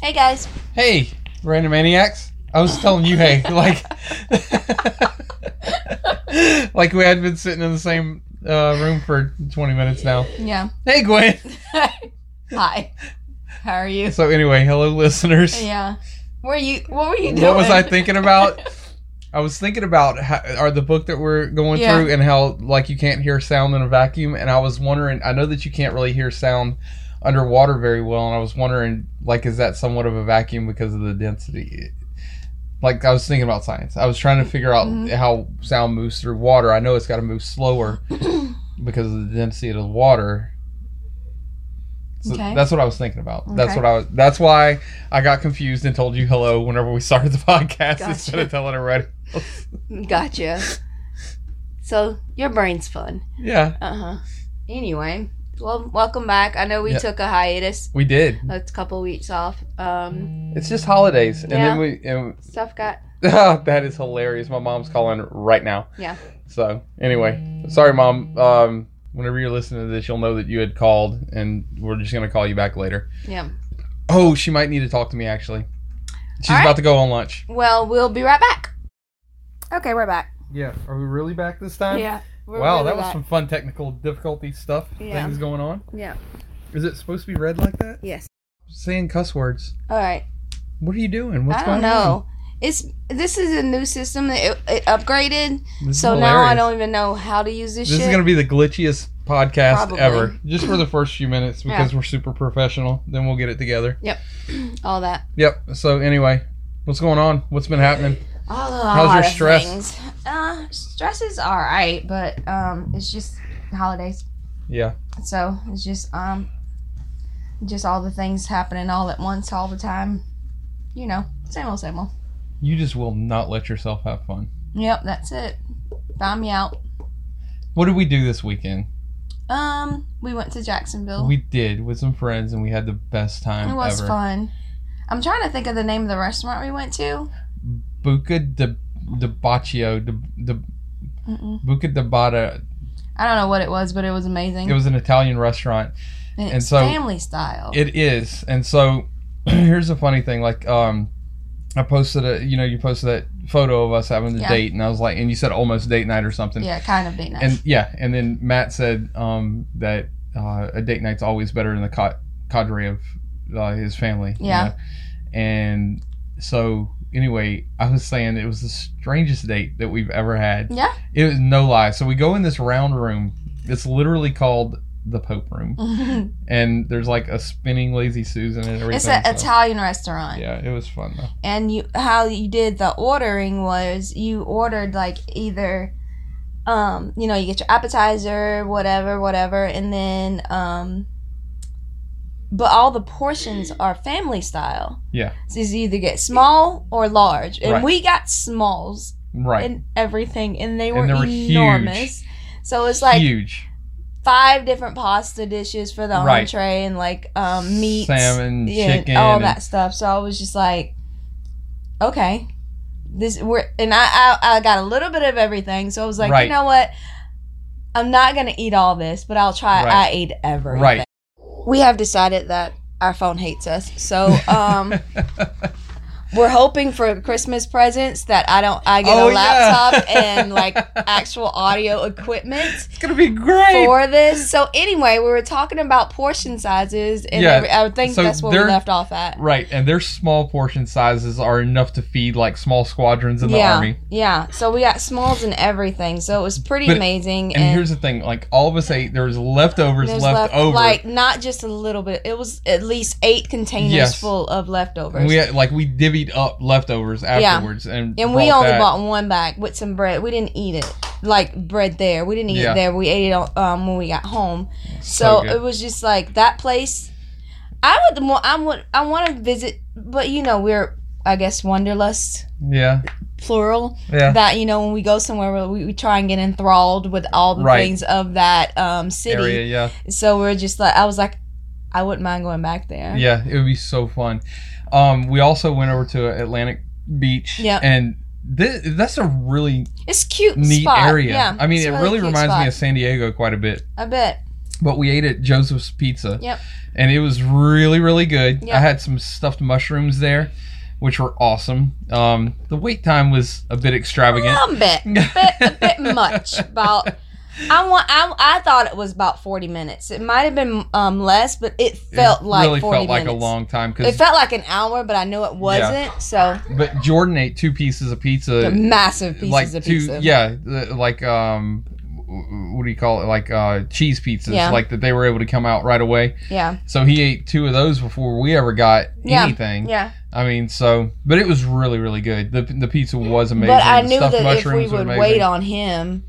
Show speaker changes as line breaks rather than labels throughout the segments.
Hey guys.
Hey, random maniacs. I was telling you, hey, like, like we had been sitting in the same uh, room for 20 minutes now.
Yeah.
Hey, Gwen.
Hi. How are you?
So anyway, hello, listeners.
Yeah. Were you? What were you doing?
What was I thinking about? I was thinking about how, are the book that we're going
Yeah.
through and how like you can't hear sound in a vacuum, and I was wondering. I know that you can't really hear sound underwater very well, and I was wondering like is that somewhat of a vacuum because of the density? Like I was thinking about science. I was trying to figure out
Mhm.
how sound moves through water. I know it's got to move slower because of the density of the water. So
Okay.
That's what I was thinking about. That's
Okay.
what I was. That's why I got confused and told you hello whenever we started the podcast instead
Gotcha.
of telling everybody.
Gotcha. So your brain's fun.
Yeah,
Uh huh. Anyway, well, welcome back. I know we
Yeah.
took a hiatus,
we did.
a couple weeks off. Um,
It's just holidays, and
Yeah.
then we. And, Ah,
stuff got
that is hilarious. My mom's calling right now.
Yeah.
So anyway, sorry, mom. Um, whenever you're listening to this, you'll know that you had called, and we're just gonna call you back later.
yeah.
Oh, she might need to talk to me actually. She's
All right.
about to go on lunch.
Well, we'll be right back. Okay, we're back.
Yeah. Are we really back this time?
Yeah. We're
wow,
really
that was
back.
some fun technical difficulty stuff.
Yeah.
Things going on.
Yeah.
Is it supposed to be read like that?
Yes.
Saying cuss words.
All right.
What are you doing? What's
I don't
going on?
know. It's this is a new system that it, it upgraded,
This is
so now I
hilarious.
don't even know how to use this,
This
shit.
is gonna be the glitchiest podcast
Probably.
ever, just for the first few minutes because we're super professional. Then we'll get it together.
all that.
Yep. So anyway, what's going on? What's been happening?
All a
How's
lot
your
of
stress?
Things. Uh, stress is all right, but um, it's just holidays,
Yeah.
so it's just um, just all the things happening all at once, all the time. You know, same old, same old.
You just will not let yourself have fun.
Yep, that's it. Found me out.
What did we do this weekend?
Um, we went to Jacksonville.
We did with some friends, and we had the best time
Oh. it was
ever.
fun. I'm trying to think of the name of the restaurant we went to.
Buca de de Baccio de, de
Mm-mm.
Buca de Bada.
I don't know what it was, but it was amazing.
It was an Italian restaurant.
and it's
and so-
family style.
It is, and so here's the funny thing. Like, um, I posted a, you know, you posted that photo of us having the
Yeah.
date, and I was like, and you said almost date night or something,
yeah, kind of date night.
and yeah, and then Matt said um, that uh, a date night's always better in the ca- cadre of uh, his family. you
Yeah.
know? and so anyway, I was saying it was the strangest date that we've ever had.
yeah.
It was no lie. So we go in this round room. It's literally called the Pope Room and there's like a spinning lazy susan and everything.
it's an
so-
Italian restaurant.
Yeah, it was fun though.
and you how you did the ordering was you ordered like either um you know you get your appetizer whatever whatever and then um but all the portions are family style
Yeah.
so you either get small or large and
Right.
we got smalls
Right,
and everything and they
And
were,
they were huge.
enormous so it's like
huge
five different pasta dishes for the
Right.
entree and like um meats
salmon,
yeah,
chicken,
all
and-
that stuff. So I was just like, okay, this we're and I, I I got a little bit of everything. So I was like,
Right.
you know what, I'm not gonna eat all this, but I'll try.
Right.
I ate everything.
Right.
We have decided that our phone hates us, so um, we're hoping for Christmas presents that I don't. I get
Oh,
a
yeah.
laptop and like actual audio equipment
it's gonna be great.
for this. So anyway, we were talking about portion sizes, and
Yeah.
every, I think
So
that's where we
they're-
left off at.
right, and their small portion sizes are enough to feed like small squadrons in the
yeah,
army.
Yeah, so we got smalls and everything, so it was pretty
But-
amazing.
And,
And,
here's the thing: like all of us ate, there was leftovers
there's
left,
left,
over.
like not just a little bit. It was at least eight containers
Yes.
full of leftovers,
and we had, like we divvied up leftovers afterwards, and
and we
brought
only
that.
bought one back with some bread. We didn't eat it like bread there. We didn't eat
Yeah.
it there. We ate it um, when we got home.
So
So,
good.
it was just like that place. I would, wa- I would, I want to visit, but you know we're, I guess, wanderlust
yeah,
plural.
yeah,
that you know when we go somewhere we, we try and get enthralled with all the
Right.
things of that um city
area, yeah.
so we're just like i was like i wouldn't mind going back there
Yeah, it would be so fun. Um, we also went over to Atlantic Beach.
Yeah.
And th- that's a really
it's cute
neat
spot.
area.
yeah
I mean,
it's
it
a
really
cute
reminds me
spot.
of San Diego quite a bit.
i bet
But we ate at Joseph's Pizza.
Yep.
And it was really, really good.
Yep.
I had some stuffed mushrooms there, which were awesome. Um, the wait time was a bit extravagant.
A little bit, bit, a bit much. About I want. I, I thought it was about forty minutes. It might have been um, less, but it
It
felt like
really
forty
felt like
minutes.
a long time
it
because
felt like an hour, but I know it wasn't. So
but Jordan ate two pieces of pizza,
the massive pieces
like
of
two
pizza.
yeah the- like um w- what do you call it like uh cheese pizzas
Yeah.
like that they were able to come out right away.
yeah,
So he ate two of those before we ever got
Yeah.
anything.
yeah.
I mean, so but it was really really good. The the pizza was amazing.
But I
The
knew
stuffed
that if we
mushrooms were
would
amazing.
wait on him,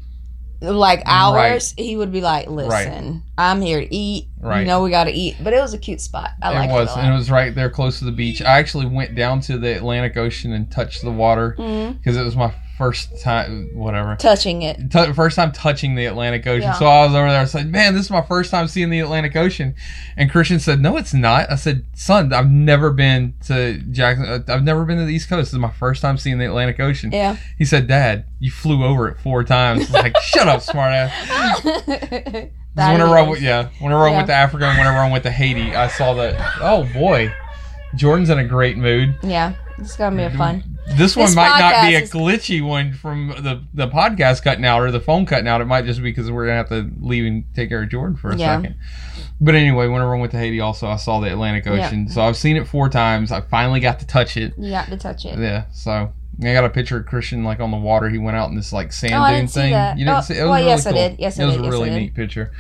like hours, he would be like, "Listen, I'm here to eat.
Right.
You know, we got to eat." But it was a cute spot. I
it
liked
was,
it a
and it
lot.
was right there close to the beach. I actually went down to the Atlantic Ocean and touched the water
Mhm.
because it was my first time, whatever,
Touching it.
Tou first time touching the Atlantic Ocean.
Yeah.
So I was over there. I said, "Man, this is my first time seeing the Atlantic Ocean," and Christian said, "No, it's not." I said, "Son, I've never been to Jackson. uh, I've never been to the East Coast. This is my first time seeing the Atlantic Ocean."
Yeah.
He said, "Dad, you flew over it four times." I was like, "Shut up, smartass."
That
whenever I
is-
went, yeah, whenever I
Yeah.
went to Africa and whenever I went to Haiti, I saw that. Oh boy, Jordan's in a great mood.
Yeah, it's gonna be a fun.
This one
This
might not be
podcast
a
is-
glitchy one from the the podcast cutting out or the phone cutting out. It might just be because we're gonna have to leave and take care of Jordan for a
Yeah.
second. But anyway, whenever I went to Haiti, also I saw the Atlantic
Yeah.
Ocean, so I've seen it four times. I finally got to touch it.
You got to touch it.
Yeah, so. I got a picture of Christian like on the water. He went out in this like sand
Oh, I
dune
didn't see
thing.
that.
You didn't
Oh,
see it. was
well,
really
yes, I
cool.
did. Yes, I
it was
did.
a
Yes, I
really
did.
neat picture.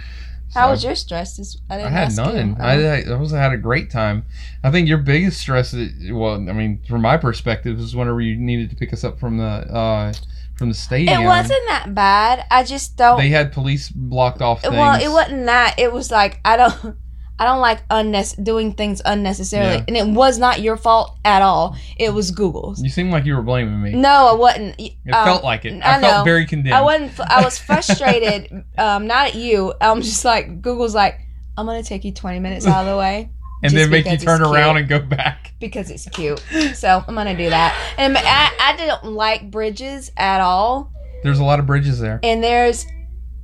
How
So-
was your stress? This I
I
didn't
had
ask
none.
You. Oh.
I, had- I was I had a great time. I think your biggest stress, is, well, I mean, from my perspective, is whenever you needed to pick us up from the uh, from the stadium.
it wasn't that bad. I just don't.
They had police blocked off things.
well, it wasn't that. It was like I don't. I don't like unnes- doing things unnecessarily,
Yeah.
and it was not your fault at all. It was Google's.
You seemed like you were blaming me.
No, I wasn't. It
It felt like it. I,
um, I
felt
know.
very condemned.
I wasn't. I was frustrated. um, not at you. I'm just like Google's. Like I'm gonna take you 20 minutes out of the way.
and
just
then make you
because
turn
it's
around
cute.
and go back.
because it's cute. So I'm gonna do that. And I, I didn't like bridges at all.
There's a lot of bridges there.
And there's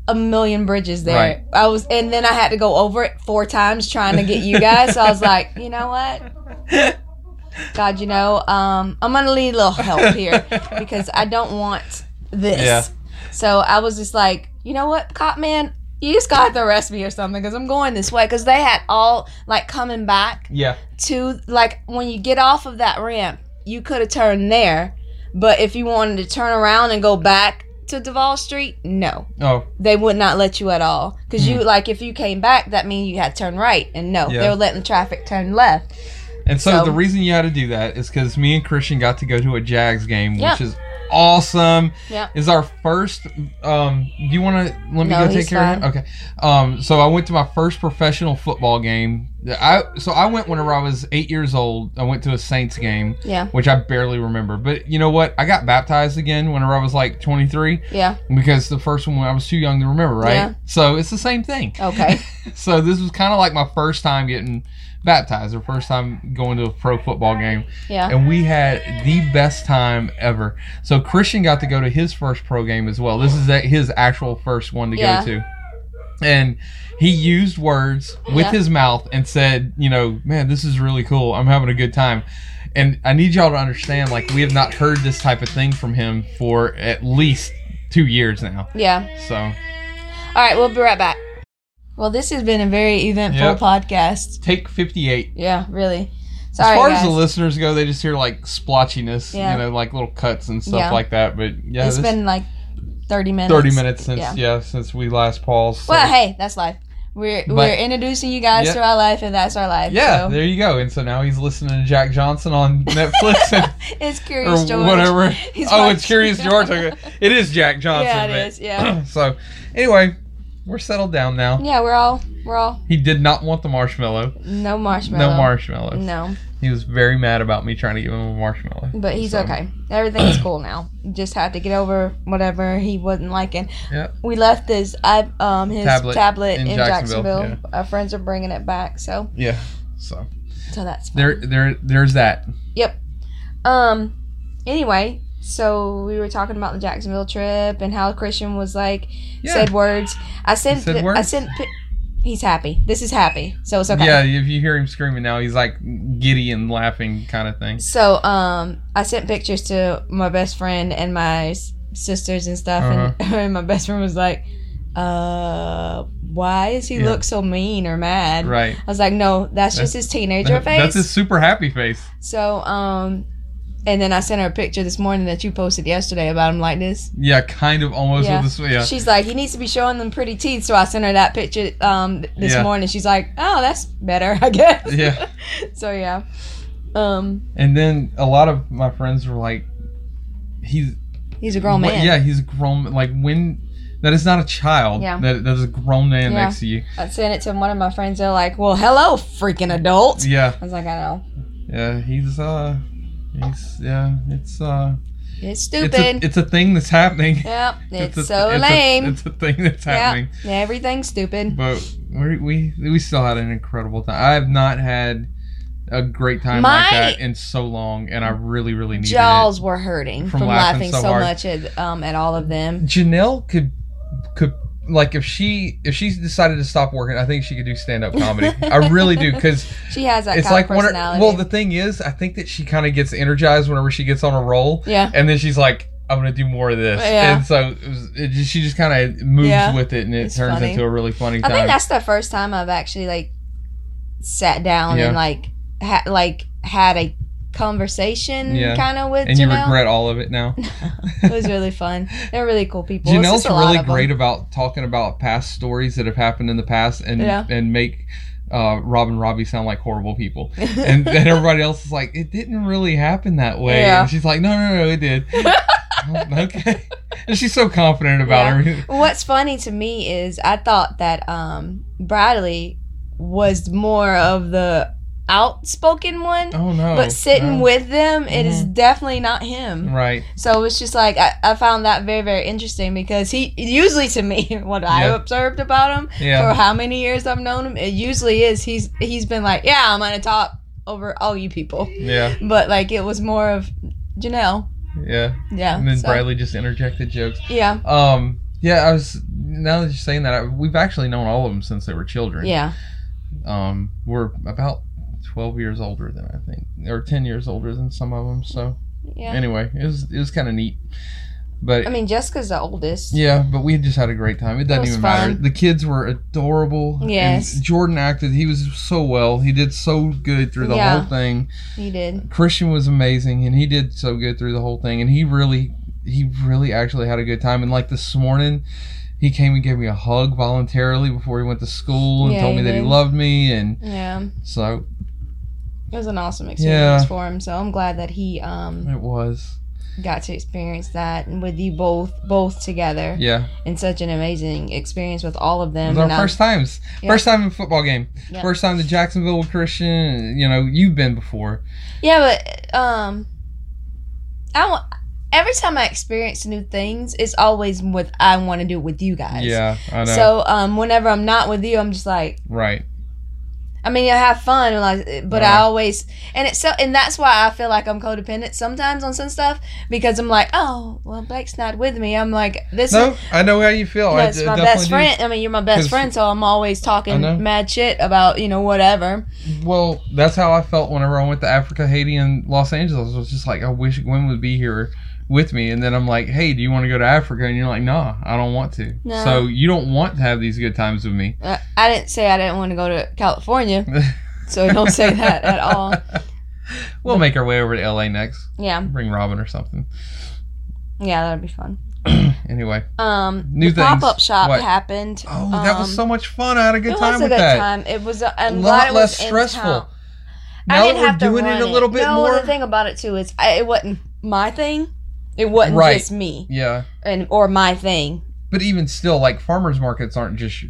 a million bridges there.
Right.
I was, and then I had to go over it four times trying to get you guys. so I was like, you know what, God, you know, um, I'm gonna need a little help here because I don't want this.
Yeah.
So I was just like, you know what, cop man. You just got to arrest me or something because I'm going this way. Because they had all like coming back
yeah,
to like when you get off of that ramp, you could have turned there, but if you wanted to turn around and go back to Duval Street, no,
oh,
they would not let you at all. Cause you like if you came back, that means you had to turn right, and no,
Hmm. Yeah.
they were letting the traffic turn left.
and so,
So-
the reason you had to do that is because me and Christian got to go to a Jags game,
Yeah.
which is awesome.
Yeah.
is our first um do you want to let me
No,
go take
he's
care of him okay um so i went to my first professional football game i so i went whenever i was eight years old i went to a saints game
Yeah,
which i barely remember but you know what i got baptized again whenever i was like 23
yeah,
because the first one i was too young to remember right
Yeah.
so it's the same thing
okay,
so this was kind of like my first time getting baptized or first time going to a pro football game
yeah,
and we had the best time ever. So Christian got to go to his first pro game as well. This is a- his actual first one to
Yeah.
go to. And he used words with
Yeah.
his mouth and said, you know, man, this is really cool. I'm having a good time. And I need y'all to understand like we have not heard this type of thing from him for at least 2 years now.
yeah.
So
All right, we'll be right back. Well, this has been a very eventful
Yep.
podcast.
take 58
Yeah, really. Sorry,
as far
guys.
as the listeners go, they just hear like splotchiness,
Yeah.
you know, like little cuts and stuff
Yeah.
like that. But yeah,
it's
this-
been like 30 minutes.
30 minutes since yeah,
Yeah.
since we last paused so-
Well, hey, that's life. We're
But-
we're introducing you guys
Yeah.
to our life, and that's our life.
yeah
so.
there you go and so now he's listening to jack johnson on netflix and,
it's curious
or
George.
whatever
He's
oh
watching-
it's curious george Okay. Oh, it is jack johnson
Yeah, it
but-
is, yeah.
so anyway we're settled down now
Yeah, we're all we're all
he did not want the marshmallow
no marshmallow.
no marshmallow
No, Mm.
he was very mad about me trying to give him a marshmallow
but he's
So,
okay. Everything's cool now. Just had to get over whatever he wasn't liking.
Yep.
We left his i um his
Tablet
tablet,
in
in,
Jacksonville,
Jacksonville. Our friends are bringing it back, so
yeah so
so that's fine.
there there there's that
Um. Anyway, so we were talking about the Jacksonville trip and how Christian was like
yeah
said words. I sent.
said
pi- I
words?
sent. pi- he's happy. This is happy, so it's okay.
Yeah, if you hear him screaming now, he's like giddy and laughing kind of thing.
So um, I sent pictures to my best friend and my s- sisters and stuff, and,
Uh-huh.
and my best friend was like, "Uh, why does he
Yeah.
look so mean or mad?"
Right.
I was like, "No, that's, just his teenager face."
That's his super happy face.
so um, and then I sent her a picture this morning that you posted yesterday about him like this.
Yeah, kind of almost
Yeah.
with this. Yeah.
She's like, he needs to be showing them pretty teeth. So I sent her that picture um, th- this
Yeah.
morning. She's like, oh, that's better, I guess.
Yeah.
so yeah. Um,
And then a lot of my friends were like, he's
he's a grown
What-
man.
yeah, he's a grown. Like when that is not a child.
Yeah.
That that is a grown man
Yeah.
next to you.
I sent it to one of my friends. They're like, well, hello, freaking adult.
Yeah.
I was like, I know.
Yeah. He's uh. He's yeah. It's uh.
It's
It's
stupid.
a, it's a thing that's happening.
yep. It's,
a-
so
it's a-
lame.
it's a thing that's happening.
Yeah, everything's stupid.
But we we we still had an incredible time. I have not had a great time
My-
like that in so long, and I really really needed
Jaws were hurting from,
From laughing
laughing,
so
so
hard.
much at um at all of
it.
them.
Janelle could could like if she if she decided to stop working, I think she could do stand up comedy. I really do because
She has that
it's
kind
like
of
one of-
personality.
well the thing is i think that she kind of gets energized whenever she gets on a roll
yeah.
and then she's like i'm gonna do more of this
Yeah.
and so it was, it just, she just kind of moves
Yeah.
with it and it
It's
turns
funny.
into a really funny
I
time
think that's the first time I've actually like sat down
Yeah.
and like ha- like had a conversation
Yeah.
kind of with
and you
Janelle.
regret all of it now
it was really fun. They're really cool people. It's
Janelle's
just a lot
really
of 'em.
great about talking about past stories that have happened in the past and
Yeah.
and make uh, Rob and Robbie sound like horrible people, and then everybody else is like, "It didn't really happen that way."
Yeah.
And she's like, "No, no, no, it did." Oh, okay, and she's so confident about
Yeah.
everything.
What's funny to me is I thought that um, Bradley was more of the outspoken one,
Oh Oh. no!
but sitting
no.
with them, it is definitely not him.
right,
So it's just like I, I found that very very interesting because he usually to me what I
Yeah.
observed about him for
yeah,
how many years I've known him. It usually is he's he's been like, yeah, I'm gonna talk over all you people,
yeah,
but like it was more of Janelle.
yeah.
Yeah.
And then
so-
Bradley just interjected jokes.
Yeah.
Um, yeah, I was. Now that you're saying that, I, we've actually known all of them since they were children.
Yeah.
Um, we're about twelve years older than I think, or ten years older than some of them. So
Yeah.
anyway, it was it was kind of neat, but.
I mean, Jessica's the oldest.
yeah, but we just had a great time. It doesn't
was
even matter.
fun.
The kids were adorable. and
Yes.
Jordan acted. He was so well. He did so good through the
Yeah.
whole thing.
He did.
Christian was amazing, and he did so good through the whole thing. And he really, he really actually had a good time. And like this morning, he came and gave me a hug voluntarily before he went to school and
Yeah,
told
he
me that he
did.
loved me. And
Yeah.
so
It was an awesome experience
Yeah.
for him. So I'm glad that he um
it was,
got to experience that and with you both both together
yeah,
and such an amazing experience with all of
it
them.
was our
And I'm-
first times,
Yeah.
first time in a football game,
Yeah.
first time to Jacksonville with Christian. You know, you've been before,
Yeah, but um, I want every time I experience new things, it's always with I want to do it with you guys.
yeah, I know,
So um, whenever I'm not with you, I'm just like,
right,
I mean, I have fun, and like, but I
Right.
always and it's so and that's why I feel like I'm codependent sometimes on some stuff because I'm like, oh, well, Blake's not with me. I'm like, this is.
no, I know how you feel. I
That's
d-
my
definitely
best
do.
friend. I mean, you're my
'Cause-
best friend, so I'm always
I know.
talking mad shit about you know whatever.
Well, that's how I felt whenever I went to Africa, Haiti, and Los Angeles. I was just like, I wish Gwen would be here with me. And then I'm like, hey, do you want to go to Africa? And you're like, nah, I don't want to.
No.
So you don't want to have these good times with me.
Uh, I didn't say I didn't want to go to California, so don't say that at all.
We'll make our way over to LA next.
Yeah.
Bring Robin or something.
Yeah, that'd be fun.
Anyway.
Um,
New
the
things.
pop up shop
What?
happened.
Oh, that was
Um,
so much fun. I had a good
it
time
was a
with
good
that.
time. It was. uh, I'm
a
glad
lot
it
less
was in
stressful.
town. I
Now
didn't
that we're
have to
doing it
run
a little bit
no,
more.
The thing about it too is I, it wasn't my thing. It wasn't
Right.
just me
Yeah.
and or my thing.
But even still, like farmers markets aren't just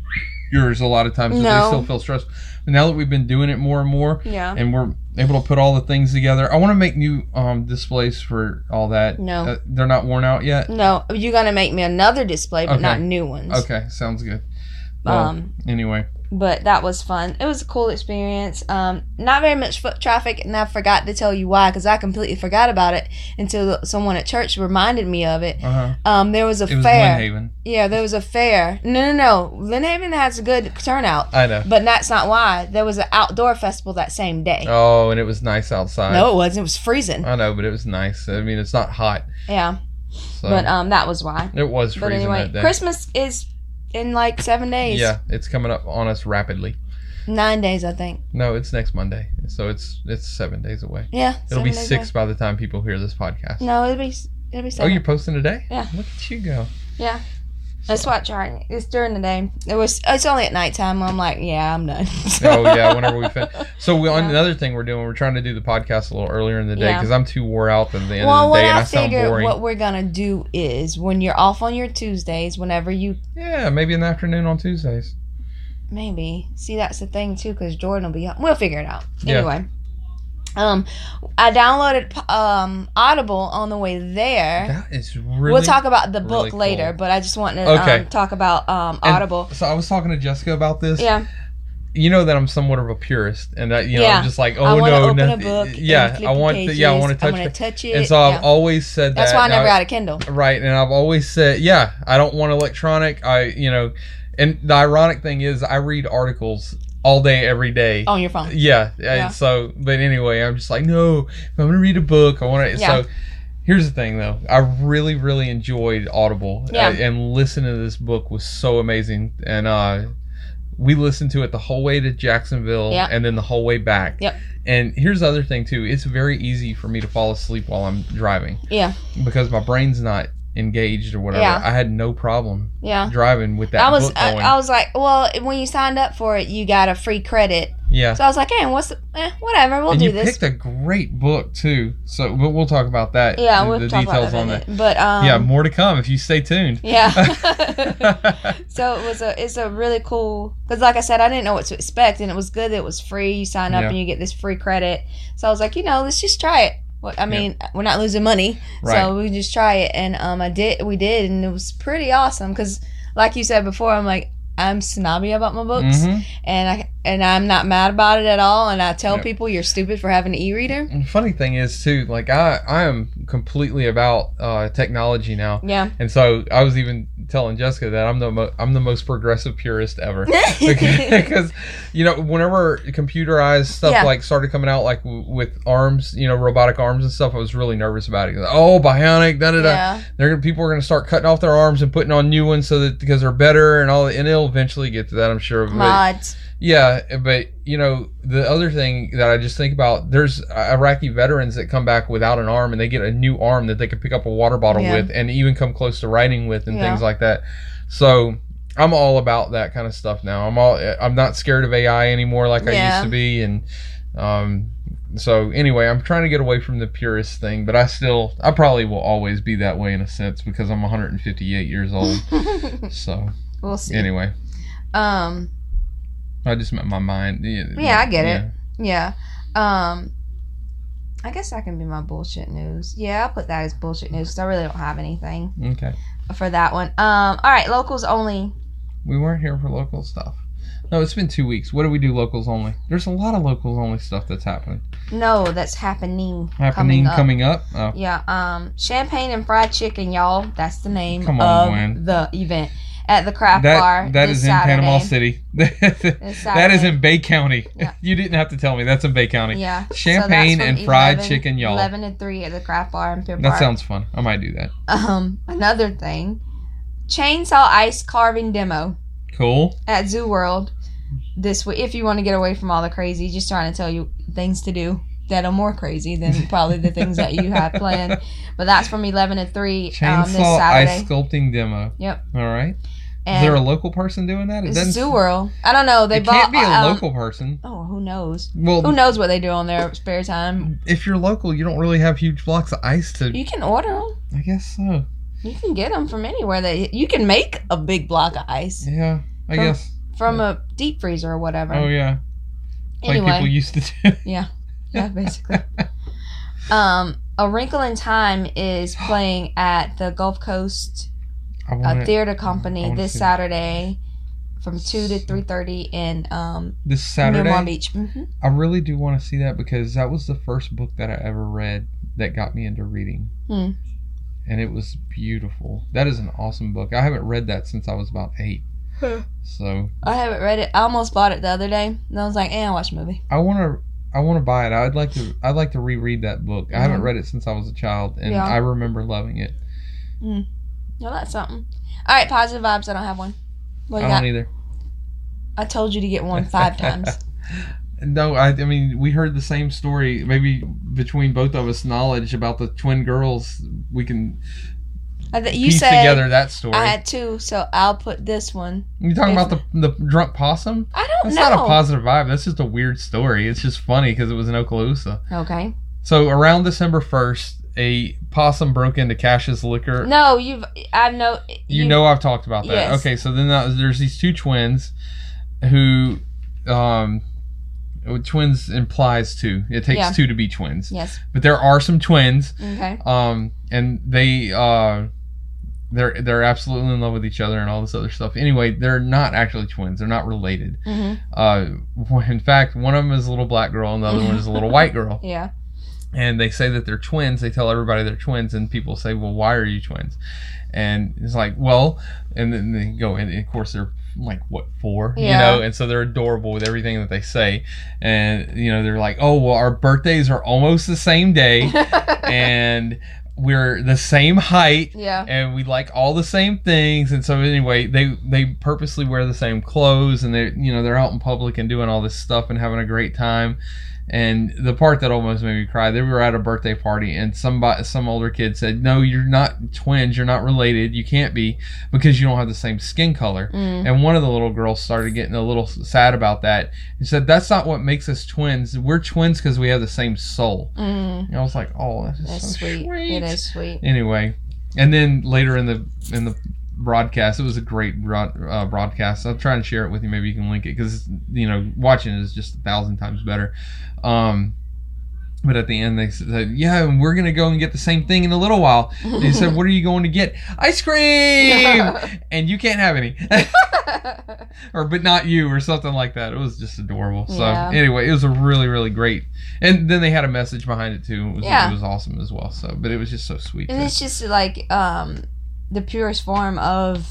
yours a lot of times. They
No.
still feel stressful. But now that we've been doing it more and more,
Yeah.
and we're able to put all the things together. I want to make new um, displays for all that.
No.
Uh, they're not worn out yet.
no, you're gonna make me another display, but
Okay.
not new ones.
Okay, sounds good. Well,
Um,
anyway,
but that was fun. It was a cool experience. Um, not very much foot traffic, and I forgot to tell you why because I completely forgot about it until someone at church reminded me of it.
Uh-huh.
Um, there was a
It was
fair.
Windhaven.
Yeah, there was a fair. No, no, no. Lynn Haven has a good turnout,
I know.
but that's not why. There was an outdoor festival that same day.
Oh, and it was nice outside.
No, it wasn't. It was freezing.
I know, but it was nice. I mean, it's not hot,
yeah,
so
but um, that was why.
it was
But
freezing
anyway,
that day.
Christmas is in like seven days.
yeah, it's coming up on us rapidly.
nine days, I think.
No, it's next Monday, so it's it's seven days away.
Yeah,
It'll
seven
be
days
six by the time people hear this podcast.
away. No, it'll be it'll be
oh,
seven.
you're posting today?
Yeah.
Look at you go.
Yeah. That's why I try. It's during the day. It was. It's only at nighttime. I'm like, yeah, I'm done.
Oh yeah, whenever we finish. So we,
Yeah.
another thing we're doing, we're trying to do the podcast a little earlier in the day
Yeah.
because I'm too wore out at the end
well,
of the
what
day and
I,
I sound
figure
boring.
what we're gonna do is when you're off on your Tuesdays, whenever you
Yeah, maybe in the afternoon on Tuesdays.
maybe see that's the thing too, because Jordan will be. We'll figure it out
Yeah.
anyway. Um, I downloaded um Audible on the way there.
That is really.
we'll talk about the book
really cool.
later, but I just wanted to
Okay.
um, talk about um
And-
Audible.
So I was talking to Jessica about this.
yeah,
You know that I'm somewhat of a purist, and that you know
Yeah.
I'm just like, oh
I want to
no,
open a
nothing.
book. and
yeah,
flip
I
the
want.
Pages.
to, yeah, I want to touch.
I'm gonna
it.
touch it.
and so I've
yeah.
always said
That's
that.
why I
and
never got a Kindle.
Right, and I've always said, yeah, I don't want electronic. I, you know, and the ironic thing is, I read articles all day, every day.
on your phone.
Yeah,
Oh. Yeah.
and so, but anyway, I'm just like, no, if I'm gonna read a book. I want to.
Yeah.
So, here's the thing, though. I really, really enjoyed Audible, uh,
Yeah.
and listening to this book was so amazing. And uh, we listened to it the whole way to Jacksonville,
Yeah.
and then the whole way back.
Yep.
And here's the other thing too. It's very easy for me to fall asleep while I'm driving
Yeah,
because my brain's not engaged or whatever.
Yeah.
I had no problem
yeah.
driving with that
I was
book
I,
going.
I was like, well, when you signed up for it, you got a free credit.
yeah.
So I was like, hey, what's the, eh, whatever, we'll
and
do
you
this.
picked a great book too. So, but we'll talk about that.
yeah,
the,
we'll
the
talk
details
about that. in
on
a
that.
minute. But um,
yeah, more to come if you stay tuned.
yeah. so it was a it's a really cool because like I said, I didn't know what to expect, and it was good. that It was free. You sign up
Yeah.
and you get this free credit. So I was like, you know, let's just try it. What I mean, we're not losing money,
Right.
so we just try it. And um, I did, we did, and it was pretty awesome. Because like you said before, I'm like. I'm snobby about my books,
Mhm.
and I and I'm not mad about it at all. And I tell
Yep.
people you're stupid for having an e-reader.
And the funny thing is too, like I, I am completely about uh, technology now,
Yeah,
and so I was even telling Jessica that I'm the mo- I'm the most progressive purist ever. because you know whenever computerized stuff
Yeah.
like started coming out like w- with arms you know robotic arms and stuff i was really nervous about it Like, oh bionic da da da
yeah,
they're gonna people are gonna start cutting off their arms and putting on new ones so that because they're better and all that and it'll eventually get to that i'm sure but,
mods.
yeah but you know the other thing that i just think about there's iraqi veterans that come back without an arm and they get a new arm that they could pick up a water bottle
Yeah.
with and even come close to writing with and
Yeah.
things like that so i'm all about that kind of stuff now i'm all i'm not scared of ai anymore like i
Yeah.
used to be and um so anyway, I'm trying to get away from the purist thing, but I still, I probably will always be that way in a sense because I'm 158 years old. so
we'll see.
anyway,
Um,
I just met my mind.
Yeah, I get it. yeah. Um, I guess I can be my bullshit news. Yeah, I'll put that as bullshit news because I really don't have anything
it. Okay,
for that one. Um, all right, locals only.
we weren't here for local stuff. No, it's been two weeks. What do we do? Locals only. There's a lot of locals only stuff that's happening.
No, that's happening.
Happening coming up. Oh,
Yeah, um, champagne and fried chicken, y'all. That's the name
Come on,
of
Gwen.
the event at the craft bar.
that that
this
is in
Saturday.
Panama City. that is
Saturday.
in Bay County.
Yeah.
You didn't have to tell me. That's in Bay County.
Yeah, so that's
Champagne
from
and fried
11
chicken, y'all.
Eleven and three at the craft bar in Pimp
That
Park.
sounds fun. I might do that.
Um, another thing, chainsaw ice carving demo
Cool.
at Zoo World this week. If you want to get away from all the crazy, just trying to tell you things to do that are more crazy than probably the things that you have planned. But that's from eleven to three um, this
Chainsaw
Saturday.
ice sculpting demo.
Yep.
All right. is
and
there a local person doing that? It doesn't.
Zoo World. I don't know. They
it
bought.
can't be a
um,
local person.
Oh, who knows?
Well,
Who knows what they do on their spare time?
if you're local, you don't really have huge blocks of ice to.
You can order them.
I guess so.
You can get them from anywhere. That you can make a big block of ice
Yeah. I
From-
guess.
from a deep freezer or whatever.
Oh yeah. Like
anyway,
people used to do.
yeah, basically. um, A Wrinkle in Time is playing at the Gulf Coast
I
uh,
want
Theater
I
Company
wanna
this
see that.
Saturday. from two to three thirty in um,
This
near
Saturday,
Long Beach. hmm
I really do want to see that because that was the first book that I ever read that got me into reading.
Hmm.
And it was beautiful. That is an awesome book. I haven't read that since I was about eight.
Huh.
So
I haven't read it. I almost bought it the other day, and I was like, "Eh, I'll watch a movie."
I want to. I want to buy it. I'd like to. I'd like to reread that book. I haven't
Mhm.
read it since I was a child, and
Yeah.
I remember loving it.
No, that's something. All right, positive vibes. I don't have one. What
I
you got?
don't either.
I told you to get one five times.
No, I, I mean we heard the same story. Maybe between both of us, knowledge about the twin girls, we can
I th- you
piece
said
together that story.
I had two, so I'll put this one.
you talking about the the drunk possum?
I don't
That's
know.
not a positive vibe. That's just a weird story. It's just funny because it was in Okaloosa.
okay.
So around December first, a possum broke into Cash's liquor
No, you've. I know.
you know I've talked about that.
Yes.
Okay, so then that, there's these two twins who um twins implies two. It takes
Yeah.
two to be twins.
Yes.
But there are some twins
Okay.
um and they uh they're they're absolutely in love with each other and all this other stuff. Anyway, they're not actually twins. They're not related.
hmm
Uh in fact, one of them is a little black girl and the other one is a little white girl
Yeah.
and they say that they're twins. They tell everybody they're twins, and people say, "Well, why are you twins?" And it's like, "Well," and then they go, and of course they're like what four,
Yeah.
you know, and so they're adorable with everything that they say, and you know they're like, "Oh, well, our birthdays are almost the same day, and we're the same height."
yeah.
And we like all the same things, and so anyway, they they purposely wear the same clothes, and they you know they're out in public and doing all this stuff and having a great time, and the part that almost made me cry, they were at a birthday party, and somebody, some older kid said, "No, you're not twins. You're not related. You can't be because you don't have the same skin color."
Mm.
And one of the little girls started getting a little sad about that. and said, "That's not what makes us twins. We're twins because we have the same soul."
Mm.
And I was like, "Oh, that's, just
That's
so
sweet. It is sweet.
Anyway, and then later in the in the broadcast, it was a great broad, uh, broadcast. I'll try and share it with you. Maybe you can link it because you know watching it is just a thousand times better. Um, but at the end, they said, "Yeah, and we're gonna go and get the same thing in a little while." And he said, "What are you going to get? Ice cream, and you can't have any, or but not you, or something like that." It was just adorable.
Yeah.
So anyway, it was a really really great. And then they had a message behind it too. It was,
Yeah.
it was awesome as well. So, but it was just so sweet.
and
too.
it's just like um, the purest form of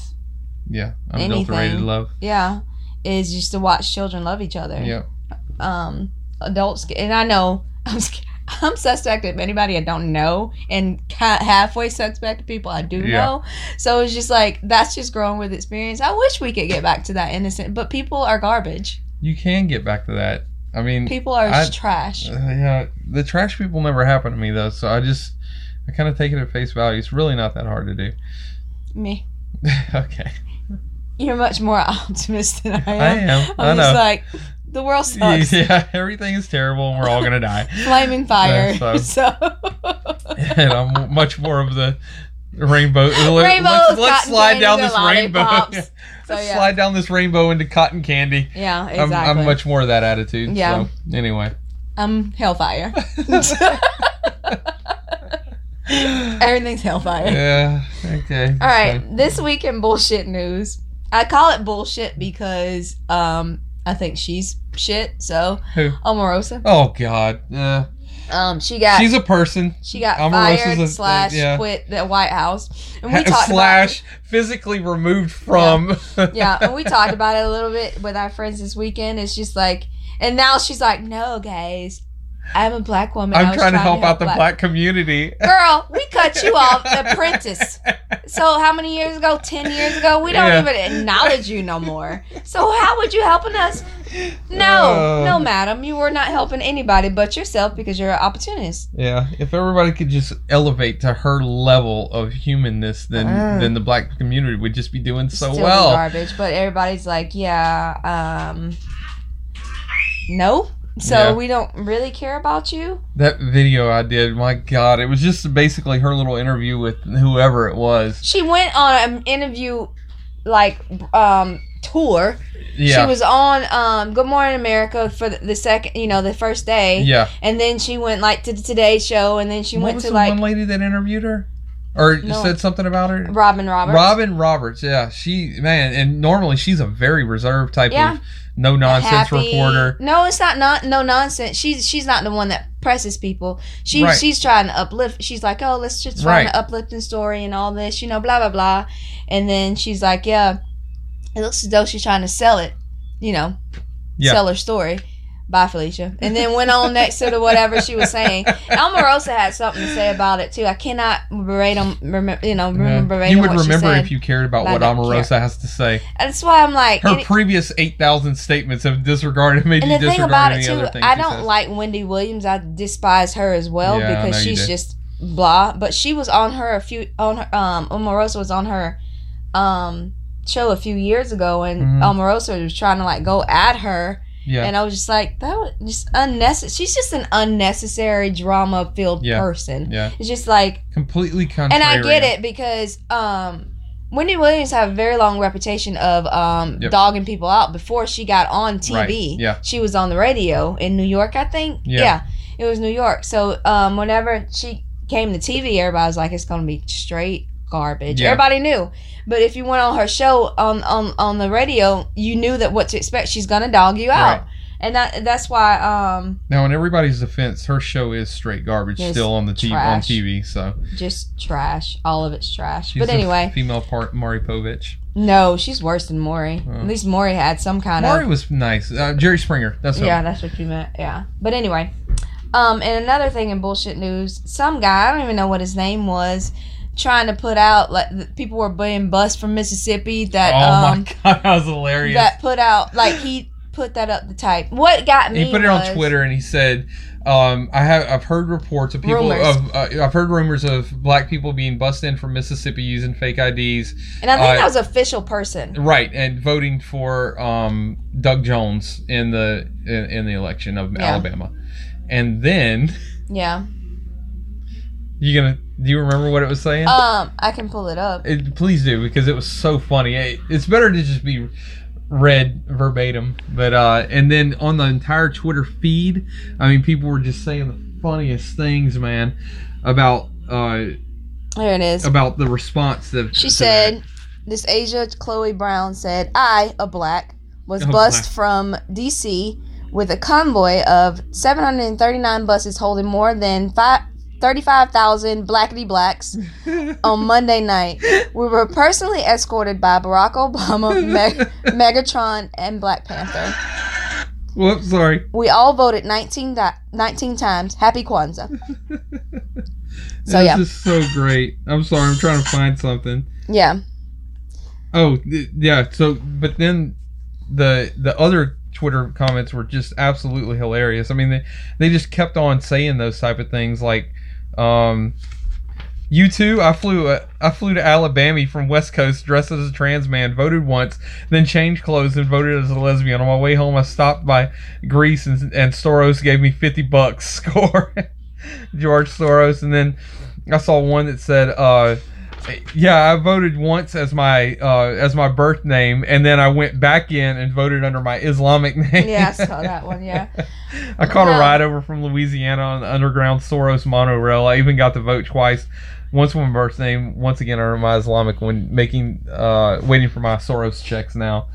Yeah,
Anything.
unadulterated love.
yeah is just to watch children love each other.
Yeah,
um adults and i know i'm sc- i'm suspect of anybody i don't know and ki- halfway suspect of people i do
Yeah.
know so it's just like that's just growing with experience i wish we could get back to that innocent but people are garbage
you can get back to that. I mean,
people are
I-
trash
uh, yeah, the trash people never happen to me though, so I just I kind of take it at face value. It's really not that hard to do.
me
okay,
you're much more optimist than i
I
am
am. I
i'm just
know.
like the world sucks
Yeah, everything is terrible, and we're all gonna die.
flaming fire
Yeah, so-
so
and I'm much more of the rainbow.
Rainbows,
let's let's
cotton
slide down
candies,
this
and
rainbow.
lollipops.
Yeah,
so
let's
yeah
Slide down this rainbow into cotton candy.
yeah
I'm-
exactly
I'm, much more of that attitude.
Yeah.
So anyway.
I'm hellfire everything's hellfire
yeah. Okay.
All right, this week in bullshit news, I call it bullshit because um I think she's shit. So
Who?
Omarosa,
Oh God. Uh,
um, she got
She's a person.
she got
Omarosa's
fired
a-
slash
yeah.
quit the White House, and we talked about
slash physically removed from. Yeah.
yeah, oh, and we talked about it a little bit with our friends this weekend. It's just like, and now she's like, no, guys, I'm a black woman. I
I'm
was
trying to help out the black, community.
girl. We cut you off, apprentice. So how many years ago? Ten years ago? We don't
Yeah.
even acknowledge you no more. So how would you helping us? No,
Oh.
no, madam, you were not helping anybody but yourself because you're an opportunist.
Yeah. If everybody could just elevate to her level of humanness, then
Mm.
then the black community would just be doing so
Still
well.
garbage. But everybody's like, yeah, um, no. So
Yeah.
we don't really care about you.
That video I did, my God, it was just basically her little interview with whoever it was.
She went on an interview, like, um, tour.
Yeah.
She was on um, Good Morning America for the, the second, you know, the first day.
yeah.
And then she went like to the Today Show, and then she
what
went
was
to
the
like
one lady that interviewed her? or
No.
said something about her.
Robin Roberts.
Robin Roberts, yeah, she man, and normally she's a very reserved type
Yeah.
of no nonsense
happy-
reporter.
No, it's not not no nonsense. She's she's not the one that presses people. She
Right.
she's trying to uplift. She's like, oh, let's just find
Right.
an uplifting story and all this, you know, blah blah blah. And then she's like, yeah, it looks as though she's trying to sell it, you know,
Yeah.
sell her story. Bye, Felicia. And then went on next to the whatever she was saying. Almarosa had something to say about it too. I cannot verbatim, remember, you know,
Yeah.
remember verbatim
You would
what she
remember
said.
if you cared about
but I
what
don't
Omarosa has to say.
That's why I'm like,
Her
any-
previous eight thousand statements have disregarded made
and
you
the thing
disregard
about
any
it too,
other thing.
I
she
don't
says.
like Wendy Williams. I despise her as well
Yeah, I know
because
you
she's
do.
just blah. But she was on her a few on her um Omarosa was on her um show a few years ago, and
Mhm.
Omarosa was trying to like go at her,
Yeah.
and I was just like that was just unnecessary. She's just an unnecessary drama filled
Yeah.
person.
yeah.
It's just like
Completely contrary.
and I get it because um, Wendy Williams had a very long reputation of um,
Yep.
dogging people out before she got on TV.
Right, yeah.
She was on the radio in New York, I think.
Yeah.
it was New York. So um, whenever she came to TV, everybody was like, "It's going to be straight garbage."
Yeah.
Everybody knew. But if you went on her show on, on, on the radio, you knew that what to expect. She's going to dog you out.
Right.
And that that's why um,
Now, in everybody's defense, her show is straight garbage
It's
still on the TV, on
trash.
TV. So
just trash. All of it's trash.
she's
but
the
anyway.
female part Mari Povich.
No, she's worse than Maury.
Oh.
At least Maury had some kind
Mari
of.
was nice. Uh, Jerry Springer. That's
Yeah,
yeah.
that's what you meant. Yeah. But anyway. Um, and another thing in bullshit news, some guy, I don't even know what his name was, trying to put out, like, th- people were being bused from Mississippi that,
oh
um,
my god, that was hilarious.
that put out, like, he put that up the type. What got me
he put it
was-
on Twitter and he said, um, "I have I've heard reports of people
Rumors.
of uh, I've heard rumors of black people being bussed in from Mississippi using fake IDs,
And I think
uh,
that was official person.
right, and voting for um, Doug Jones in the in, in the election of
Yeah.
Alabama." And then
Yeah.
you gonna do you remember what it was saying?
Um, I can pull it up.
It- please do because it was so funny. It- it's better to just be read verbatim, but uh, and then on the entire Twitter feed, I mean, people were just saying the funniest things, man, about uh,
Here it is.
about the response that
She said, "This Asia Chloe Brown said I, a black, was
A
bused
black.
from D.C. with a convoy of 739 buses holding more than five, 35,000 blackity blacks on Monday night. We were personally escorted by Barack Obama, Meg- Megatron, and Black Panther.
"Whoops, sorry."
We all voted 19, di- 19 times. Happy Kwanzaa. So,
this
yeah.
is so great. I'm sorry, I'm trying to find something.
Yeah,
Oh, th- yeah. So, but then the the other Twitter comments were just absolutely hilarious. I mean, they, they just kept on saying those type of things like, um, "You too." I flew uh, I flew to Alabama from West Coast dressed as a trans man, voted once, then changed clothes and voted as a lesbian. On my way home, I stopped by Greece and and Soros gave me fifty bucks. Score, George Soros, and then I saw one that said. Uh, yeah, I voted once as my uh, as my birth name, and then I went back in and voted under my Islamic name.
yeah, I saw that one. Yeah,
I caught
No.
a ride over from Louisiana on the underground Soros monorail. I even got to vote twice. Once with my birth name, once again under my Islamic one, making uh, waiting for my Soros checks now.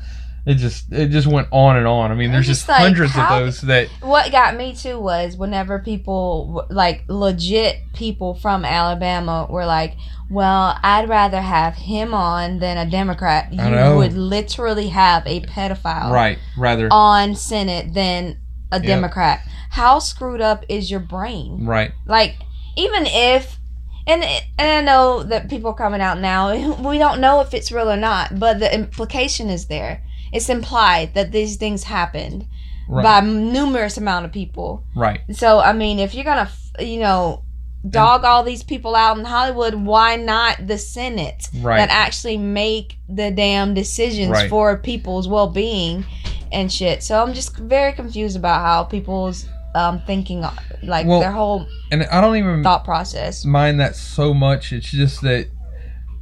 It just it just went on and on. I mean,
I'm
there's
just
just,
like,
hundreds of
how-
those that
what got me too was whenever people like legit people from alabama were like well i'd rather have him on than a democrat
I
you
know.
would literally have a pedophile
right rather
on senate than a
Yep.
democrat how screwed up is your brain
right
like even if and, and I know that people are coming out now. We don't know if it's real or not, but the implication is there. It's implied that these things happened
right
by numerous amount of people.
right.
So I mean, if you're gonna, f- you know, dog all these people out in Hollywood, why not the Senate
Right.
that actually make the damn decisions
Right.
for people's well being and shit? So I'm just very confused about how people's um, thinking, like
Well-
their whole
and I don't even
thought process.
mind that so much. It's just that